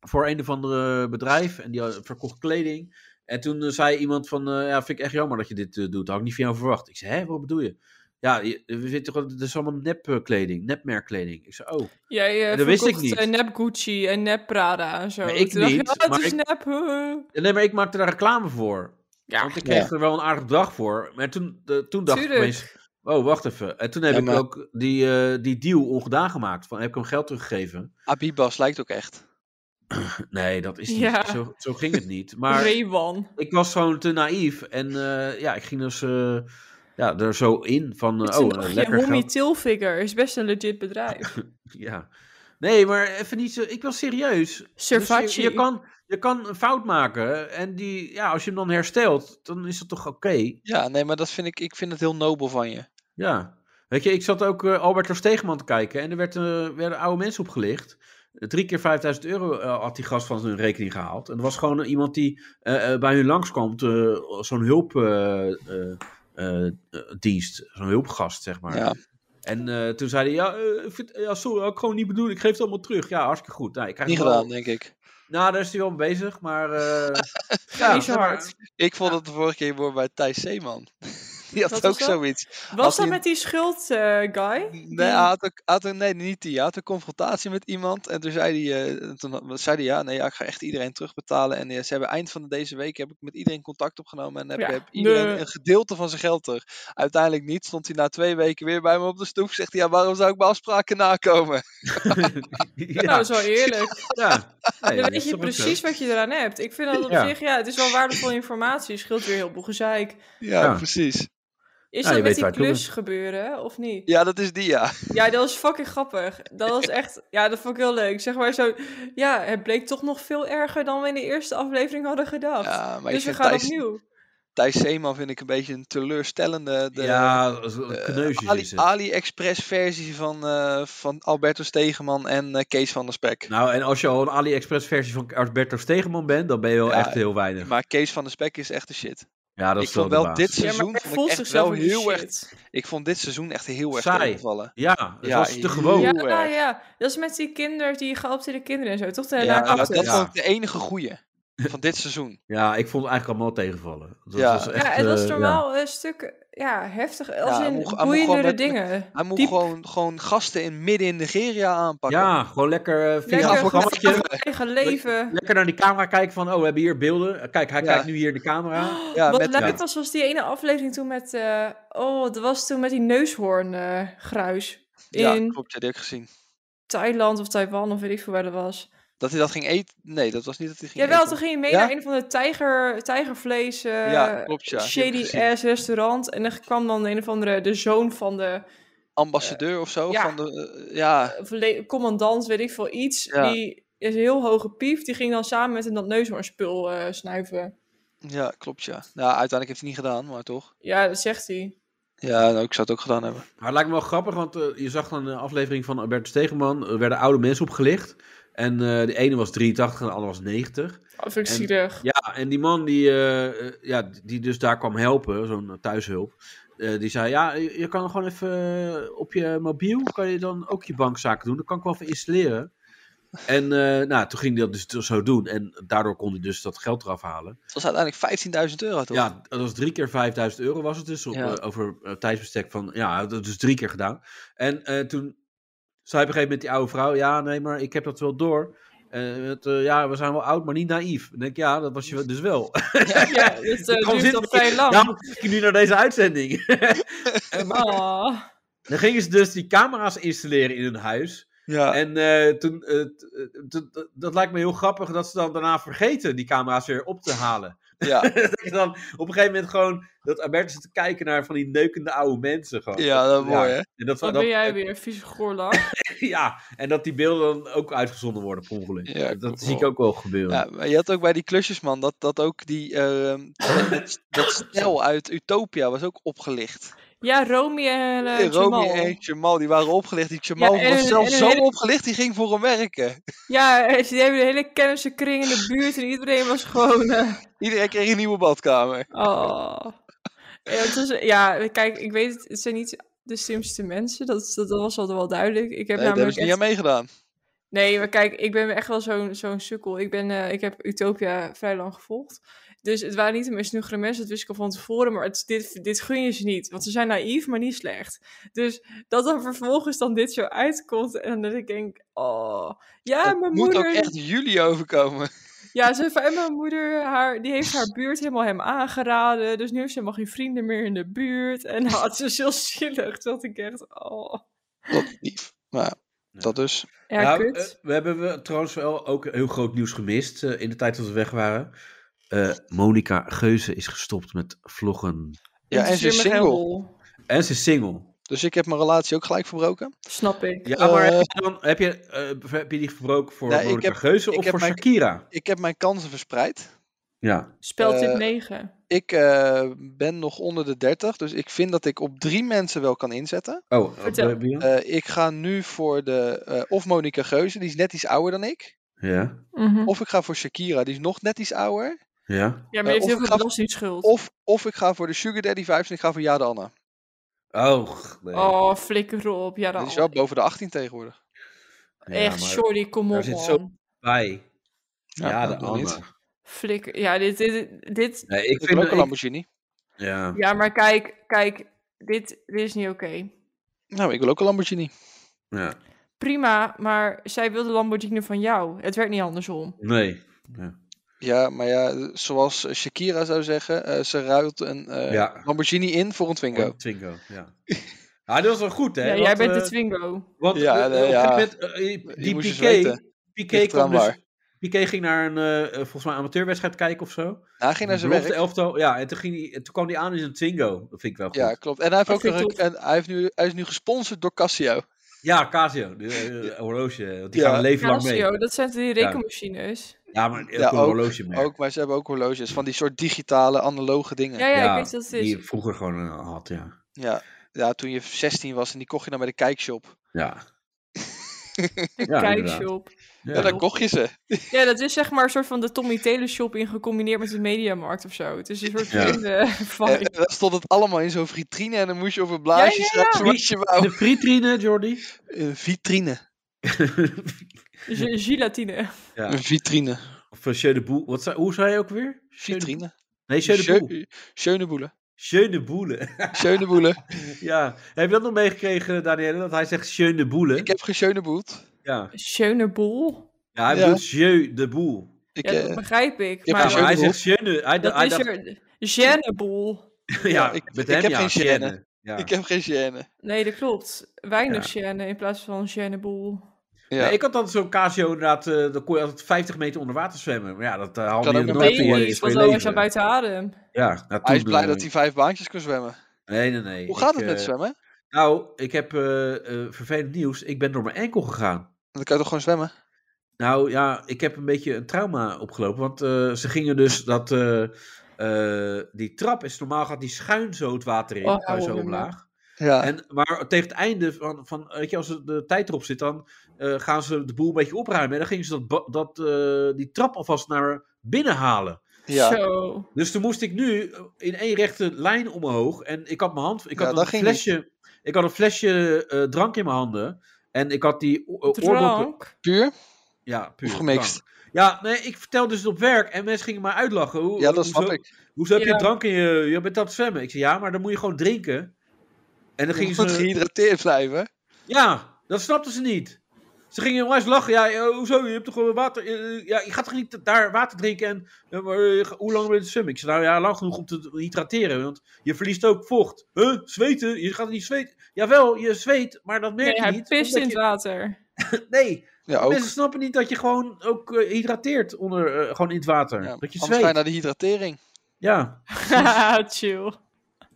S2: voor een of andere bedrijf. En die had- verkocht kleding. En toen eh, zei iemand van. eh, ja, vind ik echt jammer dat je dit eh, doet. Had ik niet van jou verwacht. Ik zei, hè, wat bedoel je? Ja, je, we weten toch, het is allemaal nepkleding, nepmerkkleding. Ik zei, oh.
S4: Jij eh
S2: Dat wist ik
S4: verkocht,
S2: niet.
S4: eh, nep Gucci en nep Prada en zo.
S2: Maar ik
S4: Toen dacht je,
S2: niet,
S4: "Ah, het
S2: maar
S4: is
S2: ik-
S4: nep. huh."
S2: Nee, maar ik maakte daar reclame voor.
S4: Ja,
S2: Want ik kreeg er wel een aardig bedrag voor. Maar toen, eh, toen dacht ik opeens,
S4: tuurlijk.
S2: oh, wacht even. En toen heb
S5: Ja,
S2: ik
S5: maar-
S2: ook die, eh, die deal ongedaan gemaakt. Van, heb ik hem geld teruggegeven?
S5: Abibas lijkt ook echt.
S2: Nee, dat is niet.
S4: Ja.
S2: Zo, zo ging het niet.
S4: Maar...
S2: Maar ik was gewoon te naïef. En eh, ja, ik ging dus eh, ja, er zo in van, eh, oh, eh, lekker
S4: Homie
S2: geld.
S4: Tilfigure is best een legit bedrijf.
S2: Ja. Nee, maar even niet zo... Ik was serieus. Dus je-
S4: Servacci.
S2: je, kan, je kan een fout maken. En die, ja, als je hem dan herstelt, dan is dat toch oké?
S5: Ja, nee, maar dat vind ik, ik vind het heel nobel van je.
S2: Ja. Weet je, ik zat ook eh, Albert Ter Stegeman te kijken en er werd, eh, werden oude mensen opgelicht. Eh, Drie keer 5000 euro eh, had die gast van hun rekening gehaald. En er was gewoon eh, iemand die eh, eh, bij hun langskwam, eh, zo'n eh, hulpdienst, eh, zo'n hulpgast, zeg maar.
S5: Ja,
S2: En eh, toen zei hij, ja, eh, ik vind- ja, sorry, had ik gewoon niet bedoeld, ik geef het allemaal terug. Ja, hartstikke goed. Nou, ik krijg
S5: niet
S2: hem wel-
S5: gedaan, denk ik.
S2: Nou, daar is hij wel mee bezig, maar... eh,
S4: Ja,
S2: zeg maar,
S4: hard.
S5: Ik vond het de vorige keer weer bij Thijs Zeeman. Die had
S4: Wat was
S5: ook
S4: dat?
S5: zoiets.
S4: Was
S5: hij
S4: dat
S5: een-
S4: met die schuld, eh, guy?
S5: Nee, ah, hij had ook, had ook- nee, niet die. Hij had een confrontatie met iemand. En toen zei hij, eh, en toen had- zei hij ja, nee, ja, ik ga echt iedereen terugbetalen. En eh, ze hebben eind van deze week heb ik met iedereen contact opgenomen. En heb,
S4: Ja,
S5: heb iedereen
S4: nee.
S5: een gedeelte van zijn geld terug. Uiteindelijk niet. Stond hij na twee weken weer bij me op de stoep. Zegt hij, ja, waarom zou ik mijn afspraken nakomen?
S4: Nou,
S2: ja,
S4: dat is wel eerlijk.
S2: ja. Nee,
S4: Dan
S2: dat
S4: weet
S2: is
S4: je
S2: toch ook zo.
S4: precies wat je eraan hebt. Ik vind dat op
S2: Ja.
S4: zich, ja, het is wel waardevolle informatie. Scheelt weer heel veel gezeik.
S5: Ja,
S2: Ja.
S5: precies.
S4: Is
S2: Ja, je
S4: dat
S2: weet
S4: met
S2: waar
S4: die
S2: het toe
S4: klus gebeuren, of niet?
S5: Ja, dat is die, ja.
S4: Ja, dat was fucking grappig. Dat was echt... Ja, dat vond ik heel leuk. Zeg maar zo... Ja, het bleek toch nog veel erger dan we in de eerste aflevering hadden gedacht.
S5: ja maar
S4: dus
S5: ik
S4: we
S5: vind
S4: gaan
S5: Thijs,
S4: opnieuw.
S5: Thijs Zeeman vind ik een beetje een teleurstellende... De,
S2: ja, zo-
S5: eh,
S2: kneusjes
S5: Ali,
S2: is het.
S5: AliExpress versie van, eh, van Alberto Stegeman en eh, Kees van der Spek.
S2: Nou, en als je al een AliExpress versie van Alberto Stegeman bent, dan ben je wel
S5: Ja,
S2: echt heel weinig.
S5: Maar Kees van der Spek is echt de shit.
S2: Ja, dat
S5: Ik
S2: is wel
S5: vond
S2: de
S5: wel
S2: baas.
S5: dit
S4: Ja,
S5: seizoen
S4: maar hij
S5: vond ik
S4: voelt
S5: echt
S4: zichzelf
S5: wel
S4: in die
S5: heel erg.
S4: shit.
S5: Ik vond dit seizoen echt heel erg
S2: Saai.
S5: tegenvallen.
S2: Ja, het
S5: Ja,
S2: was te
S5: heel-
S2: gewoon.
S4: Ja,
S2: Ja,
S5: Heel
S4: ja,
S5: erg.
S4: ja. Dat is met die kinderen, die geadopteerde kinderen en zo. Toch de
S5: Ja,
S4: ja,
S5: nou, dat
S2: Ja.
S5: vond ik de enige goeie van dit seizoen.
S2: ik vond het eigenlijk allemaal tegenvallen. Dat
S5: Ja.
S2: was echt,
S4: ja, het was
S2: eh,
S4: normaal een stuk ja, heftig. Als
S5: hij
S4: in
S5: moet- hij moet gewoon
S4: boeiendere
S5: met-
S4: dingen.
S5: Hij moet
S4: Diep.
S5: gewoon, gewoon gasten in midden in Nigeria
S2: ja.
S5: aanpakken.
S2: ja, gewoon lekker eh, via
S4: Lekker
S2: een
S5: gewoon
S2: programmaatje.
S5: lekker-
S4: Eigen leven.
S2: Lekker naar die camera kijken van, oh, we hebben hier beelden. Eh, Kijk, hij
S5: Ja.
S2: kijkt nu hier in de camera.
S5: Ja,
S4: Wat
S5: met-
S4: leuk
S2: ja.
S4: was, was die ene aflevering toen met... eh, oh, dat was toen met die neushoorngruis.
S5: Ja,
S4: in
S5: klopt, ja, die heb ik gezien.
S4: Thailand of Taiwan of weet ik veel waar dat was.
S5: Dat hij dat ging eten? Nee, dat was niet dat hij ging
S4: Jawel,
S5: eten.
S4: toen ging je mee
S5: Ja?
S4: naar een van de tijger, tijgervlees, eh,
S5: Ja, klopt, ja. Die heb ik
S4: shady
S5: gezien.
S4: ass restaurant. En dan kwam dan een of andere, de zoon van de,
S5: Ambassadeur of zo?
S4: ja.
S5: Van de, eh, ja,
S4: of le- commandant, weet ik veel, iets.
S5: Ja.
S4: Die is een heel hoge pief, die ging dan samen met hem dat neushoornspul eh, snuiven.
S5: ja, klopt, ja. Nou, uiteindelijk heeft hij het niet gedaan, maar toch.
S4: Ja, dat zegt hij.
S5: Ja, nou, ik zou het ook gedaan hebben.
S2: Maar het lijkt me wel grappig, want eh, je zag dan een aflevering van Alberto Stegeman. Er werden oude mensen opgelicht. En eh, de ene was 83 en de andere was 90.
S4: Dat Oh, vind ik
S2: En-
S4: zielig.
S2: Ja, Ah, en die man die, eh, eh, ja, die dus daar kwam helpen, zo'n thuishulp, eh, die zei, ja, je je kan gewoon even eh, op je mobiel, kan je dan ook je bankzaken doen. Dan kan ik wel even installeren. En eh, nou, toen ging hij dat dus zo doen. En daardoor kon hij dus dat geld eraf halen.
S5: Het was uiteindelijk 15.000 euro toch?
S2: Ja, dat was drie keer 5000 euro was het dus. Op,
S5: Ja.
S2: eh, over eh, tijdsbestek van, ja, dat is dus drie keer gedaan. En eh, toen zei op een gegeven moment die oude vrouw, ja, nee, maar ik heb dat wel door. Eh, het, eh, ja, we zijn wel oud, maar niet naïef. Dan denk ik, ja, dat was je wel- dus wel.
S4: Ja, dat eh,
S2: Daarom
S4: duurt
S2: zit
S4: al
S2: ik-
S4: vrij lang.
S2: Daarom Nou, kijk ik nu naar deze uitzending. En maar-
S4: Oh.
S2: dan gingen ze dus die camera's installeren in hun huis.
S5: Ja.
S2: En eh, toen, eh, t- eh, t- t- dat lijkt me heel grappig dat ze dan daarna vergeten die camera's weer op te halen.
S5: ja.
S2: dat je dan op een gegeven moment gewoon dat Albertus zit te kijken naar van die neukende oude mensen gewoon.
S5: Ja, dat is mooi hè?
S2: En dat,
S4: Wat
S2: dat-
S4: ben jij weer, vieze goorlak?
S2: Ja, en dat die beelden dan ook uitgezonden worden per ongeluk.
S5: Ja,
S2: dat
S5: klopt
S2: zie ik
S5: wel.
S2: ook wel gebeuren.
S5: Ja, maar je had ook bij die klusjesman dat, dat ook die ehm, dat, dat snel uit Utopia was ook opgelicht.
S4: Ja, Romy en eh,
S5: Romy
S4: Jamal.
S5: en Jamal die waren opgelicht. Die Jamal
S4: en
S5: was
S4: een-
S5: zelfs
S4: en een
S5: zo
S4: hele-
S5: opgelicht, die ging voor hem werken.
S4: Ja, eh, die hebben de hele kennissenkring in de buurt en iedereen was gewoon... eh,
S5: Iedereen kreeg een nieuwe badkamer.
S4: oh. Ja, het was- ja, kijk, ik weet het, het zijn niet de slimste mensen. Dat, dat, dat was altijd wel duidelijk. Ik heb
S5: Nee, daar hebben
S4: namelijk
S5: ze niet
S4: echt-
S5: aan meegedaan.
S4: Nee, maar kijk, ik ben echt wel zo'n zo'n sukkel. Ik, ben, eh, ik heb Utopia vrij lang gevolgd. Dus het waren niet de meest snuggere mensen, dat wist ik al van tevoren. Maar het, dit, dit gun je ze niet, want ze zijn naïef, maar niet slecht. Dus dat dan vervolgens dan dit zo uitkomt en dat ik denk, oh... Ja,
S5: Het
S4: mijn
S5: moet
S4: moeder...
S5: ook echt jullie overkomen.
S4: Ja, ze heeft, en mijn moeder, haar, die heeft haar buurt helemaal hem aangeraden. Dus nu heeft ze helemaal geen vrienden meer in de buurt. En nou, het is heel zielig dat ik echt, oh...
S5: Wat lief. Maar ja, dat dus.
S4: Ja,
S2: Ja,
S4: kut.
S2: eh, we hebben we trouwens wel ook heel groot nieuws gemist eh, in de tijd dat we weg waren. Eh Monika Geuze is gestopt met vloggen.
S5: Ja, en ze
S4: Interesseer
S5: is
S4: me geen
S5: single.
S4: hol.
S2: En ze is single.
S5: Dus ik heb mijn relatie ook gelijk verbroken.
S4: Snap ik.
S2: Ja, maar heb
S5: Eh.
S2: je, dan, heb, je, eh, heb je die verbroken voor
S5: Nee, ik
S2: Monica
S5: heb-
S2: Geuze
S5: ik
S2: of
S5: heb
S2: voor
S5: mijn-
S2: Shakira?
S5: Ik heb mijn kansen verspreid.
S2: Ja.
S4: Speltip
S5: Eh,
S4: 9.
S5: Ik eh, ben nog onder de 30, dus ik vind dat ik op drie mensen wel kan inzetten.
S2: Oh,
S4: Vertel.
S2: eh, Bia?
S5: Eh, ik ga nu voor de, eh, of Monica Geuze, die is net iets ouder dan ik.
S2: ja.
S5: Of ik ga voor Shakira, die is nog net iets ouder.
S2: Ja.
S4: Ja, maar
S5: maar
S4: je
S5: je eh, hebt of
S4: heeft
S5: heel
S4: heel
S5: veel
S4: veel
S5: grap-
S4: belastingschuld.
S5: Of, of ik ga voor de Sugar Daddy Vibes en ik ga voor Jade Anne.
S2: Oh, g- nee.
S4: Oh, flikker op. Ja,
S5: Die
S4: dan
S5: is wel boven de 18 tegenwoordig.
S2: Ja,
S4: echt,
S2: maar-
S4: sorry, kom op,
S2: daar zit zo-
S4: man.
S2: bij. Ja,
S5: nou,
S2: de
S5: doe
S2: Anna.
S5: niet.
S4: Flikker. Ja, dit, dit, dit...
S2: Nee, ik
S5: Ik heb
S2: vind
S5: ook een
S2: dat ik,
S5: Lamborghini.
S2: ja.
S4: Ja, maar kijk, kijk. Dit, dit is niet oké.
S5: Nou, ik wil ook een Lamborghini.
S2: ja,
S4: Prima, maar zij wilde Lamborghini van jou. Het werd niet andersom.
S2: nee.
S5: Ja, maar ja, zoals Shakira zou zeggen, eh, ze ruilt een eh,
S2: Ja.
S5: Lamborghini in voor een Twingo.
S2: Twingo, ja. Ah, dat was wel goed, hè?
S4: ja,
S2: want,
S4: jij bent de
S2: eh,
S4: Twingo.
S2: Want eh,
S5: Ja,
S2: ja,
S5: nee, ja.
S2: eh, die
S5: moest je eens
S2: Piqué,
S5: weten.
S2: Piqué
S5: Ligt
S2: kwam
S5: eraan
S2: dus... Piqué ging naar een, eh, eh, volgens mij, amateurwedstrijd kijken of zo.
S5: Nou, ging naar zijn
S2: Belofte
S5: werk.
S2: elftal, ja. En toen, ging hij, toen kwam hij aan in zijn Twingo. Dat vind ik wel goed.
S5: Ja,
S2: Ja,
S5: klopt. En hij, heeft
S4: Dat
S5: ook
S4: vind
S5: nog
S4: ik
S5: een, en hij, heeft nu, hij is nu gesponsord door Casio.
S2: Casio, de, eh, horloge. Want die
S5: Ja.
S2: gaan een leven lang mee.
S4: Casio, dat zijn die rekenmachines.
S2: Ja, maar ook
S5: Ja,
S2: een
S5: ook-
S2: horloge mee.
S5: Ook, maar ze hebben ook horloges van die soort digitale, analoge dingen.
S4: Ja,
S5: Ja,
S4: ja, ik weet wat het is.
S2: die je vroeger gewoon eh, had, ja.
S5: ja. toen je 16 was en die kocht je dan bij de kijkshop.
S2: Ja,
S4: De
S2: Ja,
S4: kijkshop.
S5: Ja,
S2: ja.
S5: dan kocht je ze.
S4: Ja, dat is zeg maar een soort van de Tommy Taylor shop in gecombineerd met de Mediamarkt of zo. Het is een soort
S2: Ja.
S4: vreemde
S5: En,
S4: vibe.
S5: en dan stond het allemaal in zo'n vitrine en dan moest je op een blaadje schrijven wat je wou.
S2: De frietrine, Jordi.
S5: Een vitrine.
S4: Ge- Gelatine.
S2: Ja.
S5: Een vitrine.
S2: Of uh, Jeu de Boel. Wat zei, hoe zei je ook weer? Jeu de-
S5: Vitrine.
S2: Nee, Jeu de Boel.
S5: Schö- Schöneboele.
S2: Jeu de Boele.
S5: Schöneboele.
S2: ja. Heb je dat nog meegekregen, Danielle? Dat hij zegt Jeu de Boele.
S5: Ik heb geschöneboeld.
S2: Ja.
S4: Schöne boel.
S2: ja, hij
S5: Ja.
S2: bedoelt Jeu de Boel.
S5: Ik,
S4: Ja, dat
S5: eh
S4: begrijp ik.
S5: heb
S2: Ja,
S4: Maar
S5: geen
S2: maar hij
S5: Jeu de
S2: zegt Jeu de... Hij,
S4: dat
S2: hij
S4: is
S2: dacht,
S4: er. Gêne boel.
S2: ja,
S5: ik-
S2: met
S5: ik
S2: hem
S5: heb
S2: ja,
S5: geen
S2: Sjenne.
S5: Sjenne.
S2: Ja.
S5: ik heb geen gêne.
S4: Nee, dat klopt. Weinig gêne in plaats van gêne boel.
S5: Ja.
S2: Nee, ik had dan zo'n Casio inderdaad, eh dan kon je altijd 50 meter onder water zwemmen. Maar ja, dat eh, haal
S5: Kan
S2: je
S5: ook
S2: nooit
S5: met
S2: meer
S4: Nee,
S5: baby,
S2: in je-
S4: want
S2: in
S5: is
S4: was
S2: je
S4: al was je
S2: leven.
S4: al buiten adem.
S2: Ja, nou,
S5: hij is
S2: toen,
S5: blij
S2: eh,
S5: dat hij vijf baantjes kon zwemmen.
S2: Nee, nee, nee.
S5: Hoe gaat
S2: Ik,
S5: het met
S2: eh,
S5: zwemmen?
S2: Nou, ik heb eh, eh, vervelend nieuws. Ik ben door mijn enkel gegaan.
S5: Dan kan je toch gewoon zwemmen?
S2: Nou ja, ik heb een beetje een trauma opgelopen. Want eh, ze gingen dus dat. eh, eh, die trap is normaal gaat die schuin zo het water in.
S4: Oh, hou
S2: eh, zo
S4: op, jongen.
S2: omlaag.
S5: Ja.
S2: En, maar tegen het einde van, van. Weet je, als er de tijd erop zit, dan eh, gaan ze de boel een beetje opruimen. En dan gingen ze dat, ba- dat, eh, die trap alvast naar binnen halen.
S5: ja.
S4: Zo.
S2: Dus toen moest ik nu eh, in één rechte lijn omhoog. En ik had mijn hand. Ik
S5: Ja,
S2: had
S5: dat
S2: een
S5: ging
S2: flesje. Ik had een flesje eh, drank in mijn handen. En ik had die o- eh, oordop-
S4: Drank.
S5: Puur?
S2: Ja, puur.
S5: Of gemixt.
S2: drank. Ja, nee, ik vertelde dus het op werk en mensen gingen mij uitlachen. Hoe,
S5: Ja, dat
S2: hoezo-
S5: snap ik.
S2: Hoezo heb je
S4: Ja.
S2: drank in je... Je bent aan het zwemmen. Ik zei, ja, maar dan moet je gewoon drinken. En dan
S5: Je
S2: gingen
S5: moet
S2: ze...
S5: gehydrateerd blijven.
S2: Ja, dat snapten ze niet. Ze gingen onwijs lachen. Ja, eh, hoezo? Je hebt toch gewoon water... eh, eh, Ja, je gaat toch niet daar water drinken en... eh, maar, eh, hoe lang ben je aan het zwemmen? Ik zei, nou ja, lang genoeg om te hydrateren. Want je verliest ook vocht. Huh? Zweten? Je gaat niet zweten? Jawel, je zweet, maar dat merk
S4: Nee,
S2: je
S4: hij
S2: niet.
S4: pist in
S2: omdat
S4: het water.
S2: je- Nee,
S5: Ja, ook.
S2: Mensen snappen niet dat je gewoon ook eh, hydrateert onder, eh, gewoon in het water.
S5: Ja,
S2: dat je
S5: anders ga je
S2: zweet.
S5: naar de hydratering.
S2: Ja.
S4: Haha, Chill.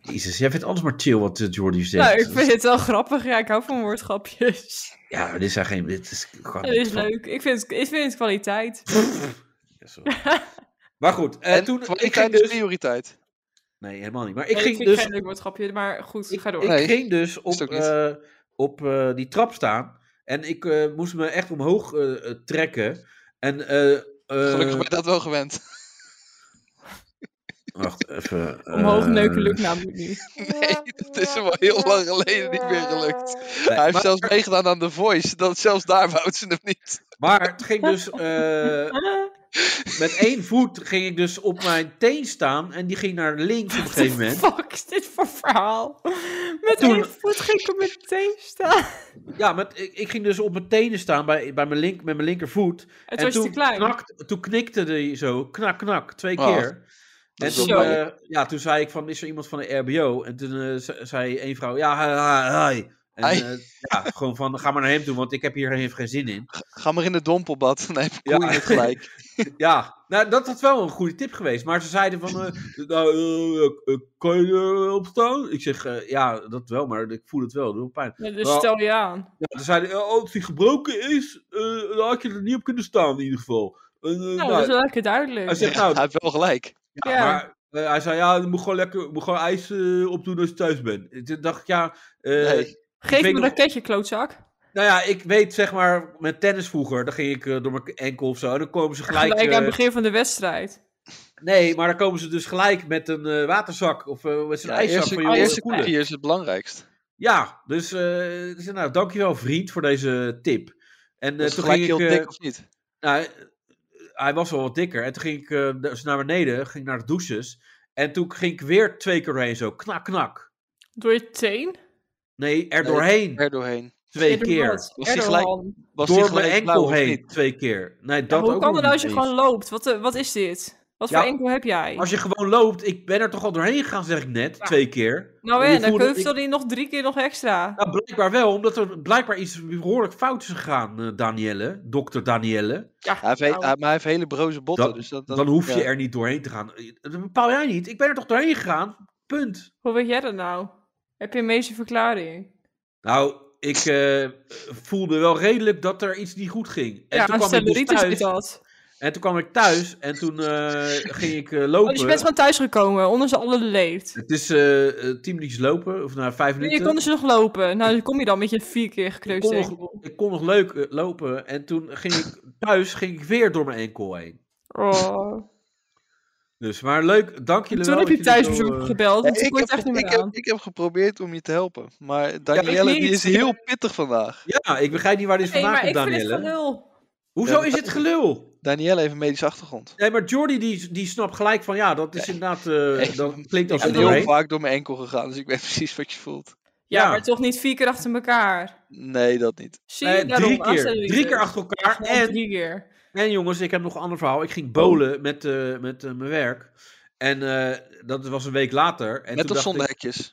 S2: Jezus, jij vindt alles maar chill wat eh, Jordi zegt.
S4: Nou, ik vind het wel grappig. Ja, ik hou van woordgrapjes.
S2: Ja, dit is eigenlijk geen... Dit is gewoon...
S4: Dat is leuk. Ik vind het, ik vind het kwaliteit.
S2: Ja, sorry. maar goed, eh,
S5: en
S2: toen... Ik
S5: kwaliteit
S2: ging
S5: is
S2: dus...
S5: prioriteit.
S2: Nee, helemaal niet. Maar ik
S4: Nee,
S2: ging
S4: vind het
S2: dus...
S4: geen leuk woordgrapje, maar goed,
S2: Ik,
S4: ga door.
S2: ik
S5: Nee,
S2: ging dus op,
S5: is het ook niet.
S2: eh, op eh, die trap staan. En ik eh, moest me echt omhoog eh, eh, trekken. En... eh, eh,
S5: Gelukkig ben je dat wel gewend.
S2: Wacht, even...
S4: Omhoog
S2: eh,
S4: neuken lukt namelijk niet.
S5: Nee, dat is hem al heel lang geleden niet meer gelukt.
S2: nee,
S5: Hij heeft
S2: maar-
S5: zelfs meegedaan aan The Voice. Dat zelfs daar wou ze hem niet.
S2: Maar het ging dus... eh, Met één voet ging ik dus op mijn teen staan en die ging naar links op een gegeven moment.
S4: Fuck is dit voor verhaal? Met
S2: Toen-
S4: één voet ging ik op mijn teen staan.
S2: Ja, met, ik, ik ging dus op mijn tenen staan bij, bij mijn link, met mijn linkervoet.
S4: Het was
S2: toen,
S4: te klein.
S2: knakte- toen knikte hij zo, knak, knak, twee
S5: Oh,
S2: keer. En
S5: is
S2: toen,
S4: wel
S2: eh, ja, toen zei ik van, is er iemand van de RBO? En toen eh, ze- zei één vrouw, ja, hi, hi, hi. En
S5: Hi.
S2: eh, ja, gewoon van, ga maar naar hem toe, want ik heb hier even geen zin in.
S5: Ga maar in de dompelbad. Dan heb je
S2: Ja.
S5: koeien het gelijk.
S2: Ja, nou, dat had wel een goede tip geweest. Maar ze zeiden van, eh, nou, eh, eh, kan je eh, opstaan? Ik zeg, eh, ja, dat wel, maar ik voel het wel, het doet wel pijn.
S4: Ja, dus
S2: Nou,
S4: stel je aan.
S2: Ja, ze zeiden, eh, als die gebroken is, eh, dan had je er niet op kunnen staan in ieder geval. En, eh,
S4: Nou,
S2: nou,
S4: dat is wel lekker
S2: hij
S4: duidelijk.
S2: zegt, nou,
S5: Hij heeft wel gelijk.
S2: ja,
S4: ja.
S2: maar... eh, hij zei, ja, je moet gewoon lekker moet gewoon ijs eh, opdoen als je thuis bent. Toen dacht ik, ja, eh,
S5: Nee.
S4: Geef me
S2: weet
S4: een
S2: nog-
S4: raketje, klootzak.
S2: nou ja, ik weet zeg maar, met tennis vroeger, dan ging ik eh, door mijn enkel of zo, en dan komen ze gelijk...
S4: Gelijk aan het
S2: eh,
S4: begin van de wedstrijd.
S2: Nee, maar dan komen ze dus gelijk met een eh, waterzak of eh, met zo'n
S5: Ja,
S2: ijszak
S5: eerste
S2: van je
S5: eerste
S2: te koelen.
S5: koeien is het belangrijkst.
S2: Ja, dus eh, ik zei, nou, dankjewel vriend voor deze tip. En eh,
S5: Dat is
S2: toen
S5: gelijk
S2: ging ik,
S5: heel
S2: eh,
S5: dik of niet?
S2: nou, eh, hij was wel wat dikker. En toen ging ik eh, dus naar beneden, ging naar de douches. En toen ging ik weer twee keer doorheen zo, knak, knak.
S4: Door je teen?
S2: Nee, er
S5: Nee,
S2: doorheen
S5: Er doorheen.
S2: twee
S4: Door
S2: keer.
S4: wat?
S5: Was die
S4: Erdogan.
S5: Was die
S2: Door
S5: gelijk
S2: mijn
S5: blauw
S2: enkel
S5: of
S2: heen
S5: niet?
S2: twee keer. Nee,
S4: Ja,
S2: dat
S4: hoe
S2: ook
S4: kan
S2: nog
S4: dat als
S2: niet
S4: je
S2: eens.
S4: gewoon loopt? Wat, eh, wat is dit? Wat
S2: Ja,
S4: voor enkel heb jij?
S2: Als je gewoon loopt, ik ben er toch al doorheen gegaan, zeg ik net, twee keer.
S4: Nou
S2: Je
S4: en, dan
S2: voelde-
S4: hoeft
S2: ik-
S4: dat niet nog drie keer nog extra.
S2: Nou, blijkbaar wel, omdat er blijkbaar iets behoorlijk fout is gegaan, eh, Danielle, dokter Danielle.
S4: Ja,
S5: Hij heeft, he-
S4: nou,
S5: hij- maar hij heeft hele broze botten.
S2: Dat-
S5: dus dat, dat-
S2: Dan hoef je
S5: ja.
S2: er niet doorheen te gaan. Eh, Dat bepaal jij niet. Ik ben er toch doorheen gegaan. Punt.
S4: Hoe weet jij dat nou? Heb je een meeste verklaring?
S2: Nou, ik eh, voelde wel redelijk dat er iets niet goed ging. En
S4: ja,
S2: toen
S4: aan
S2: kwam ik dus
S4: stelleritis is
S2: thuis.
S4: dat.
S2: En toen kwam ik thuis en toen eh, ging ik eh,
S4: Oh,
S2: lopen.
S4: dus je bent gewoon thuisgekomen, onder ze alle leeft.
S2: Het is eh, eh, tien minuutjes lopen, of na vijf
S4: Je
S2: minuten.
S4: kon dus nog lopen. Nou, dan kom je dan met je vier keer
S2: ik,
S4: gekneusd
S2: kon nog,
S4: enkel.
S2: ik kon nog leuk eh, lopen en toen ging ik thuis ging ik weer door mijn enkel heen.
S4: Oh.
S2: Dus, maar leuk, dank jullie
S4: Toen
S2: wel.
S4: heb je
S2: dat jullie zo,
S4: thuisbezoek
S2: eh,
S4: gebeld, want
S5: Ja,
S4: ik
S5: ik,
S4: kon het
S5: heb,
S4: echt niet
S5: ge- ik,
S4: meer
S5: heb,
S4: aan.
S5: ik heb geprobeerd om je te helpen. Maar Danielle die
S4: niet.
S5: is heel pittig vandaag.
S2: Ja, ik begrijp niet waar dit
S4: Nee,
S2: vandaan
S4: maar
S2: komt,
S4: ik vind het
S2: Danielle.
S4: gelul.
S2: Hoezo
S5: Ja,
S2: is het gelul?
S5: Danielle heeft een medische achtergrond.
S2: Nee, maar Jordi die, die snapt gelijk van ja, dat is inderdaad, eh,
S5: Nee.
S2: dat klinkt
S5: Ik
S2: als
S5: ben
S2: een
S5: heel
S2: doorheen.
S5: vaak door mijn enkel gegaan, dus ik weet precies wat je voelt.
S4: Ja,
S2: Ja.
S4: maar toch niet vier keer achter elkaar.
S5: Nee, dat niet.
S4: Zie je
S2: Eh,
S4: daarom
S2: drie
S4: aan
S2: keer,
S4: stelleritis?
S2: drie keer achter elkaar.
S4: Gewoon
S2: En,
S4: drie Oh. keer.
S2: en jongens, ik heb nog een ander verhaal. Ik ging bowlen met, eh, met eh, mijn werk. En eh, dat was een week later. En
S5: Met
S2: toen
S5: of
S2: dacht
S5: zonder
S2: ik-
S5: hekjes.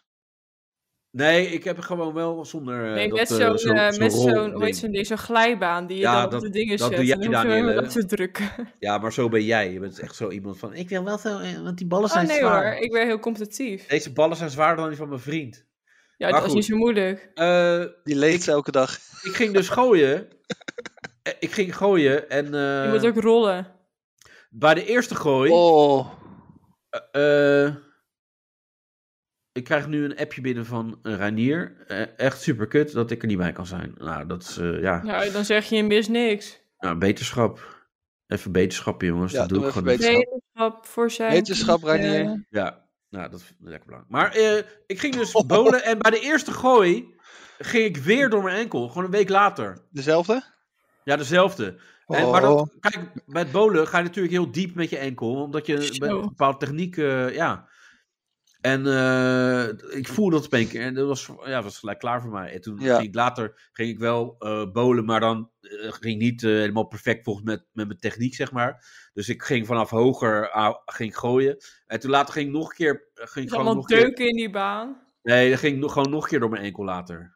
S2: nee, ik heb gewoon wel zonder. eh,
S4: Nee,
S2: dat,
S4: met
S2: eh,
S4: zo'n,
S2: zo'n-
S4: eh,
S2: zo'n
S4: met
S2: rol
S4: zo'n, hoe heet
S2: ding.
S4: zo'n ding, zo'n glijbaan die je
S2: Ja,
S4: dan
S2: dat-
S4: op de dingen
S2: dat
S4: zet.
S2: doe
S4: en
S2: jij,
S4: dan hoef je alleen maar
S2: Danielle.
S4: dat te drukken.
S2: Ja, maar zo ben jij. Je bent echt zo iemand van. Ik wil wel zo, eh, want die ballen
S4: Oh
S2: zijn
S4: nee
S2: zwaar.
S4: hoor, ik ben heel competitief.
S2: Deze ballen zijn zwaarder dan die van mijn vriend.
S4: Ja,
S2: Eh, Maar
S4: dat is
S2: goed.
S4: niet zo moeilijk.
S2: Eh,
S5: Die leeft ze elke dag.
S2: ik ging dus gooien. Eh, ik ging gooien en eh,
S4: Je moet ook rollen.
S2: bij de eerste gooi.
S5: Oh,
S2: eh, ik krijg nu een appje binnen van eh, Reinier. Eh, echt super kut dat ik er niet bij kan zijn. Nou, dat is eh, ja.
S4: Nou, dan zeg je, je mist niks.
S2: Nou, beterschap. Even beterschap, jongens.
S5: Ja,
S2: dat doe
S5: doe
S2: ik
S5: even
S2: gewoon. niet.
S5: Wetenschap.
S4: Wetenschap voor zijn...
S5: Wetenschap, Reinier.
S4: Eh,
S2: Ja, nou, dat is lekker belangrijk. Maar eh, ik ging dus bowlen en bij de eerste gooi ging ik weer door mijn enkel. Gewoon een week later.
S5: dezelfde?
S2: Ja, dezelfde.
S5: Oh.
S2: En, maar dat, kijk, bij het bowlen ga je natuurlijk heel diep met je enkel, omdat je
S4: Zo.
S2: met een bepaalde techniek, eh, ja. En eh, ik voelde dat op een keer. En dat was, ja, was gelijk klaar voor mij. En toen
S5: Ja.
S2: ging ik later ging ik wel eh bowlen, maar dan eh, ging niet eh, helemaal perfect volgens met, met mijn techniek, zeg maar. Dus ik ging vanaf hoger ah, ging ik gooien. En toen later ging ik nog een keer. eh, Ging
S4: is
S2: ik gewoon
S4: allemaal
S2: nog een keer,
S4: deuken in die baan.
S2: nee, dat ging ik nog, gewoon nog een keer door mijn enkel later.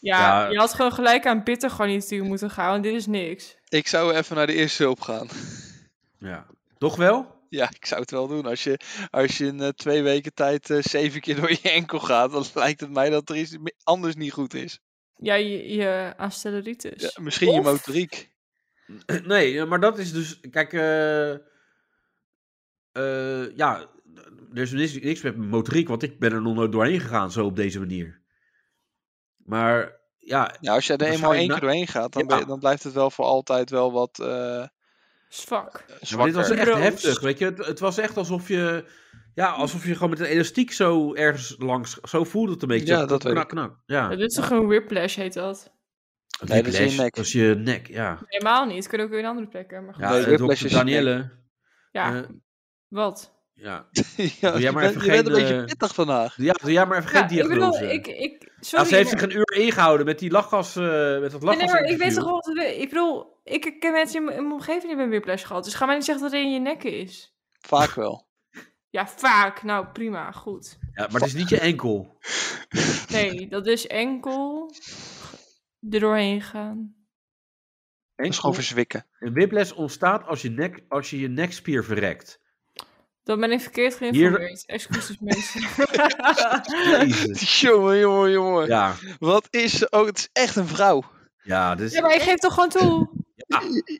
S4: Ja,
S2: Ja.
S4: je had gewoon gelijk aan pitten garnituur moeten gaan, want dit is niks.
S5: Ik zou even naar de eerste hulp gaan.
S2: Ja. Toch wel?
S5: Ja, ik zou het wel doen. Als je, als je in eh, twee weken tijd eh, zeven keer door je enkel gaat, dan lijkt het mij dat er iets mi- anders niet goed is.
S4: Ja, je, je aanstelleritis.
S5: Ja, misschien je
S3: Of-
S5: motoriek.
S2: Nee, eh, maar dat is dus. Kijk, eh eh, ja, er is niks, niks met mijn motoriek, want ik ben er nog nooit doorheen gegaan, zo op deze manier. Maar ja,
S5: Ja, als je er
S2: Maar
S5: eenmaal
S2: zou je
S5: één
S2: na-
S5: keer doorheen gaat, dan,
S2: Ja.
S5: ben je- dan blijft het wel voor altijd wel wat eh
S4: Zwak.
S2: ja, maar dit was
S5: zwakker.
S2: echt
S4: Roos.
S2: heftig. Weet je, het, het was echt alsof je. Ja, alsof je gewoon met een elastiek zo ergens langs. Zo voelde het een beetje.
S5: Ja,
S2: zo
S5: dat weet
S2: knak,
S5: ik.
S2: knak. Ja,
S4: Dat is toch een whiplash, heet dat?
S2: Het
S5: Nee, dat is je
S2: whiplash,
S5: nek.
S2: Dat is je nek, ja.
S4: Helemaal niet. Kunnen ook weer in andere plekken. Maar goed.
S2: Ja,
S5: Nee,
S2: eh,
S5: whiplash
S2: dokter
S5: is je nek.
S2: Danielle.
S4: Ja,
S2: eh,
S4: wat?
S2: ja.
S5: ja,
S2: Doe jij
S5: je
S2: maar
S5: bent,
S2: even
S5: je
S2: geen,
S5: bent een beetje
S2: eh,
S5: pittig vandaag.
S2: ja, doe jij maar even geen
S4: Ja, ik
S2: diagnose.
S4: bedoel, ik, ik,
S2: Ja,
S4: sorry,
S2: Nou, ze heeft
S4: maar-
S2: zich een uur ingehouden met die lachgas, eh, met dat
S4: Nee,
S2: lachgas
S4: nee, maar ik weet toch
S2: interview.
S4: wel, wat het is? ik bedoel, ik ik ken mensen in mijn in mijn omgeving die hebben een whiplash gehad. Dus ga mij niet zeggen dat het in je nekken is.
S5: Vaak wel.
S4: Ja, vaak. Nou, prima. Goed.
S2: Ja, maar het is niet je enkel.
S4: Nee, dat is enkel er doorheen gaan.
S5: Dat is gewoon verzwikken.
S2: Een whiplash ontstaat als je, nek, als je je nekspier verrekt.
S4: Dan ben ik verkeerd geïnformeerd. Excuses mensen.
S2: Jezus.
S5: jongen, jongen, jongen.
S2: Ja,
S5: Wat is ze ook? Het is echt een vrouw.
S2: ja, dus,
S4: ja, maar je geeft toch gewoon toe.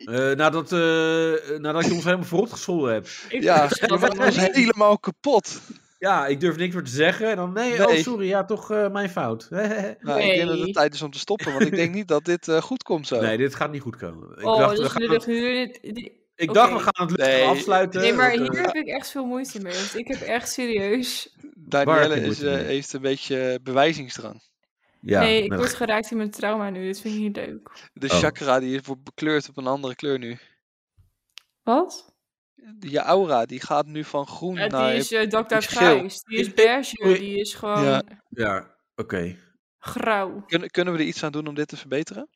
S2: eh, nadat, eh, nadat je ons helemaal verrot gescholden hebt.
S4: Ik
S5: Ja,
S4: snap
S5: dat
S4: het allemaal
S5: was
S4: niet.
S5: helemaal kapot.
S2: Ja, ik durf niks meer te zeggen. En dan, nee, oh
S5: Nee.
S2: sorry, ja, toch eh, mijn fout.
S5: Nou, ik denk dat
S4: Nee.
S5: het tijd is om te stoppen, want ik denk niet dat dit eh, goed komt zo.
S2: nee, dit gaat niet goed komen. Ik
S4: Oh,
S2: dacht,
S4: dat
S2: we
S4: is
S2: gaan,
S4: lullig. Nu dit- dit-
S2: ik
S4: oké.
S2: dacht, we gaan het luchtig
S5: Nee.
S2: afsluiten.
S4: Nee, maar
S2: want, eh,
S4: hier heb ik echt veel moeite mee. Want ik heb echt serieus...
S2: Waar heb
S5: Danielle
S2: je
S5: is,
S2: moeite
S5: eh,
S2: mee?
S5: heeft een beetje bewijzingsdrang.
S2: ja,
S4: nee, ik
S2: nou,
S4: word geraakt in mijn trauma nu. Dit vind ik niet leuk.
S5: De
S2: Oh.
S5: chakra die is- wordt bekleurd op een andere kleur nu.
S4: Wat?
S5: Je aura die gaat nu van groen
S4: Ja,
S5: naar.
S4: die is eh Dr.
S5: iets geel.
S4: Grijs. Die is
S2: Ik-
S4: beige.
S2: ik-
S4: Die is gewoon
S5: Ja.
S2: ja, oké.
S4: grauw.
S5: Kunnen, kunnen we er iets aan doen om dit te verbeteren?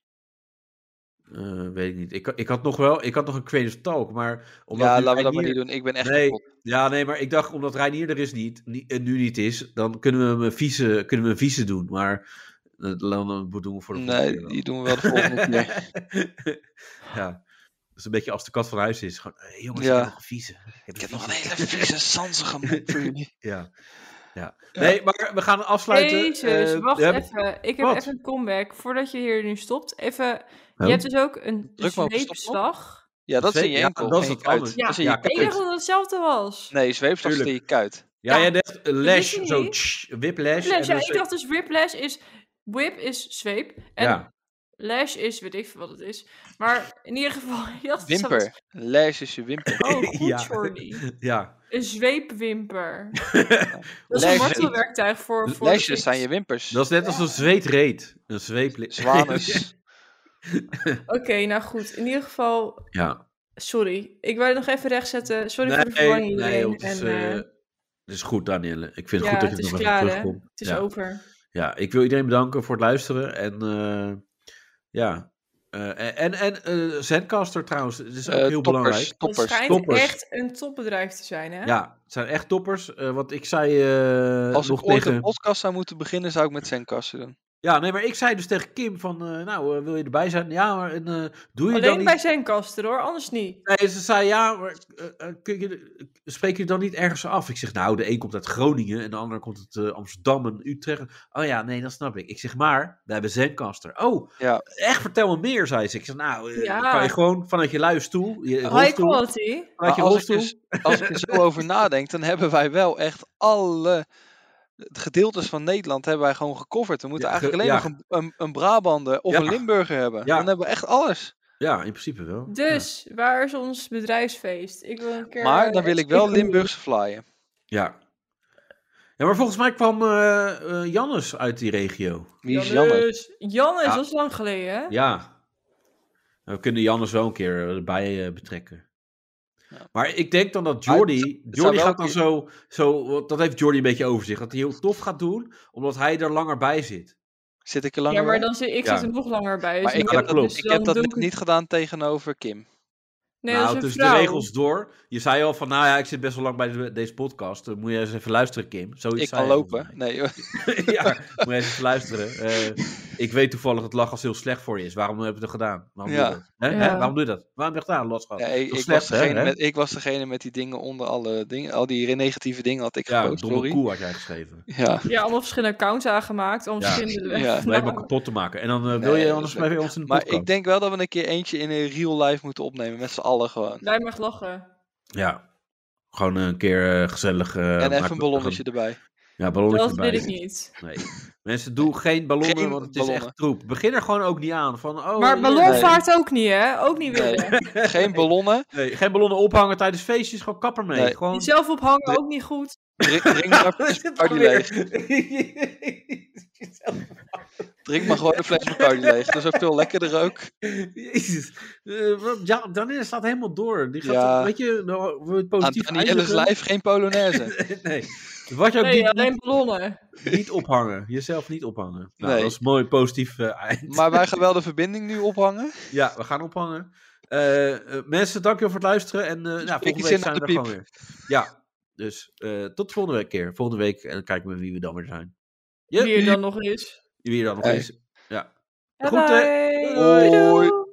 S2: Eh, weet ik niet. Ik, ik had nog wel, ik had nog een creative talk, maar omdat
S5: ja,
S2: nu
S5: laten we dat maar
S2: Reinier-
S5: niet doen. Ik ben echt.
S2: Nee,
S5: kapot.
S2: ja, nee, maar ik dacht omdat Reinier er is niet, nie- eh, nu niet is, dan kunnen we hem een vieze, kunnen we een vieze doen, maar dat dan doen we voor de volgende
S5: nee
S2: keer wel.
S5: die doen we wel de volgende keer.
S2: ja, dat is een beetje als de kat van huis is. Gewoon, hé, jongens,
S5: Ja.
S2: ik heb nog een vieze. Ik heb,
S5: Ik heb nog
S2: vieze.
S5: een hele vieze, sansige mop voor jullie.
S2: Ja. Ja. Nee, maar we gaan afsluiten.
S4: Jezus,
S2: Eh,
S4: wacht
S2: we hebben-
S4: even. Ik heb
S2: Wat?
S4: even een comeback. Voordat je hier nu stopt, even...
S2: Oh.
S4: Je hebt dus ook een
S5: Druk maar op de stopknop.
S4: zweepslag.
S5: Ja, dat is in je
S2: Ja,
S5: enkel.
S2: dat is
S5: en je
S2: wat
S5: kuit.
S2: anders.
S4: Ja,
S5: Dat is in
S2: ja,
S5: je
S2: kijk.
S4: Ik dacht
S5: kuit.
S4: dat het hetzelfde was.
S5: Nee, zweepslag is in je
S2: Tuurlijk.
S5: kuit.
S2: Ja,
S4: Ja.
S2: jij dacht eh, lash,
S4: je
S2: zo
S4: niet.
S2: tsch, whiplash.
S4: Whiplash,
S2: en
S4: ja,
S2: dus-
S4: ik dacht dus whiplash is... Whip is zweep. En
S2: ja.
S4: lash is, weet ik veel wat het is. Maar in ieder geval... ik dacht dat het zo
S5: Wimper. Een Lash is je wimper.
S4: was. Oh, goed,
S2: Ja.
S4: Jordi.
S2: ja.
S4: Een zweepwimper. Dat is een
S5: Lashes.
S4: martelwerktuig voor... voor
S5: Lashes zijn je wimpers.
S2: Dat is net als een zweetreet. Een zweep.
S5: Zwanus.
S4: Oké, nou goed. In ieder geval...
S2: Ja.
S4: Sorry, ik wou het nog even rechtzetten. Sorry voor de
S2: nee,
S4: verwarring iedereen.
S2: nee, het is,
S4: en, eh,
S2: eh, het is goed, Danielle. Ik vind het
S4: ja,
S2: goed dat je
S4: het
S2: nog
S4: is
S2: even
S4: klaar, hè?
S2: terugkomt.
S4: Het is
S2: ja.
S4: over.
S2: ja, ik wil iedereen bedanken voor het luisteren. En eh, ja, Eh, en, en eh Zencaster trouwens, het is ook
S5: Eh,
S2: heel
S5: toppers,
S2: belangrijk.
S4: Het
S5: Toppers.
S4: schijnt
S2: toppers.
S4: echt een topbedrijf te zijn, hè?
S2: Ja, het zijn echt toppers. Eh, want ik zei eh,
S5: Als
S2: nog
S5: ik ooit
S2: tegen...
S5: een podcast zou moeten beginnen, zou ik met zendkasten doen.
S2: Ja, nee, maar ik zei dus tegen Kim van, eh, nou, eh, wil je erbij zijn? Ja, maar en, eh, doe je dan
S4: Alleen
S2: niet...
S4: bij zijn kasten, hoor. Anders niet.
S2: Nee, ze zei ja, maar eh, eh, kun je, spreek je dan niet ergens af? Ik zeg nou, de een komt uit Groningen en de ander komt uit eh, Amsterdam en Utrecht. Oh ja, nee, dat snap ik. Ik zeg maar, we hebben Zenkaster. Oh,
S5: Ja.
S2: echt vertel me meer, zei ze. Ik zeg nou, eh,
S4: Ja. Oh,
S2: dan kan je gewoon vanuit je luie stoel, je
S4: High
S2: rolstoel,
S4: quality.
S2: vanuit je
S5: Maar als ik
S2: rolstoel.
S5: dus- Als ik er zo over nadenk, dan hebben wij wel echt alle gedeeltes van Nederland hebben wij gewoon gecoverd. We moeten
S2: Ja,
S5: eigenlijk
S2: ge-
S5: alleen nog een, een, een Brabander of
S2: Ja.
S5: een Limburger hebben.
S2: Ja.
S5: Dan hebben we echt alles.
S2: Ja, in principe wel.
S4: Dus, waar is ons bedrijfsfeest? Ik wil een keer...
S5: Maar
S4: eh,
S5: dan wil
S4: een
S5: ik wel
S4: speaker-
S5: Limburgse flyen.
S2: Ja. ja. Ja, maar volgens mij kwam eh, eh, Jannes uit die regio.
S5: Wie is Janne?
S4: Jannes, Jannes,
S2: Ja.
S4: dat is lang geleden, hè?
S2: Ja. We kunnen Jannes wel een keer erbij eh, betrekken.
S5: Ja.
S2: Maar ik denk dan dat
S5: Maar het-
S2: Jordi, Jordi
S5: wel
S2: gaat dan
S5: een
S2: zo, zo, want dat heeft Jordi een beetje over zich, dat hij heel tof gaat doen, omdat hij er langer bij zit.
S5: Zit ik er langer
S4: ja, maar
S5: bij?
S4: dan zit, ik
S2: Ja.
S4: zit er nog langer bij.
S5: Maar
S4: dus
S5: ik
S2: Ja,
S5: heb
S2: dat
S5: dat,
S2: klopt.
S4: dus
S5: ik
S4: dan
S5: heb dat
S4: doe
S5: net
S4: ik-
S5: niet gedaan tegenover Kim.
S4: Nee,
S2: nou,
S4: dat is een
S2: tussen
S4: vrouw.
S2: de regels door. Je zei al van, nou ja, ik zit best wel lang bij de- deze podcast, dan moet je eens even luisteren, Kim. Zoiets
S5: Ik
S2: zei
S5: kan
S2: hij volgens
S5: lopen.
S2: mij.
S5: Nee, joh.
S2: ja, moet je eens even luisteren. Eh, ik weet toevallig dat lachgas heel slecht voor je is. Waarom heb je dat gedaan? Waarom,
S5: Ja.
S2: doe, je dat? Hè? Hè?
S4: Ja.
S2: Waarom doe je dat? Waarom heb je dat gedaan, lachgas?
S5: Ja, ik,
S2: Toch
S5: ik
S2: slecht,
S5: was
S2: hè,
S5: degene
S2: hè?
S5: met, ik was degene met die dingen onder alle dingen. Al die negatieve dingen had ik
S2: Ja,
S5: gepost.
S2: domme
S5: Oh, Sorry.
S2: koe had jij geschreven.
S5: Ja.
S4: Ja, allemaal verschillende accounts aangemaakt. Allemaal
S2: Ja.
S4: verschillende... Nou,
S5: Ja.
S2: Om het helemaal kapot te maken. En dan eh, wil
S5: Nou, Nee,
S2: je anders
S5: dat-
S2: maar weer ons in de
S5: Maar
S2: podcast.
S5: ik denk wel dat we een keer eentje in een real life moeten opnemen. Met z'n allen gewoon.
S4: Jij mag lachen.
S2: Ja. Gewoon een keer eh, gezellig... eh,
S5: en even
S2: maken-
S5: een ballonnetje erbij.
S2: Ja, ballonnetje
S4: dat
S2: erbij.
S4: wil ik niet.
S2: Nee. Mensen, doe geen ballonnen,
S5: Geen
S2: want het is
S5: ballonnen.
S2: echt troep. Begin er gewoon ook niet aan. Van, oh,
S4: maar
S2: ja.
S4: ballonvaart ook niet, hè? Ook niet
S5: Nee.
S4: willen.
S5: Geen ballonnen.
S2: Nee, geen ballonnen ophangen tijdens feestjes. Gewoon kapper mee.
S5: Nee.
S2: Gewoon...
S4: Jezelf ophangen
S5: Nee.
S4: ook niet goed.
S5: Drink, drink maar een fles Bacardi leeg. Drink maar gewoon een fles Bacardi leeg. Dat is ook veel lekkerder ook.
S2: Jezus. Eh, wat- ja, Danielle staat helemaal door. Die gaat,
S5: Ja.
S2: weet je, nou, we het
S5: Aan
S2: positief
S5: Danielle's
S2: eindigen.
S5: lijf geen Polonaise.
S2: Nee. Wat je ook
S4: Nee,
S2: niet,
S4: alleen ballonnen.
S2: niet ophangen. Jezelf niet ophangen. Nou,
S5: Nee. Mm.
S2: dat is een mooi positief eh, eind.
S5: Maar wij gaan wel de verbinding nu ophangen.
S2: Ja, we gaan ophangen. Eh eh mensen, dankjewel voor het luisteren. En eh nou,
S5: Spreek
S2: volgende
S5: eens
S2: week
S5: in
S2: zijn we
S5: op
S2: er
S5: de
S2: gewoon weer. Ja, dus eh, tot de volgende week keer. Volgende week en dan kijken we wie we dan weer zijn. Ja,
S4: Wie er dan nog is.
S2: wie er dan nog
S5: Hey.
S2: is. Ja.
S4: Bye
S2: Groeten.
S4: bye. Doei,
S5: Hoi.
S4: doei.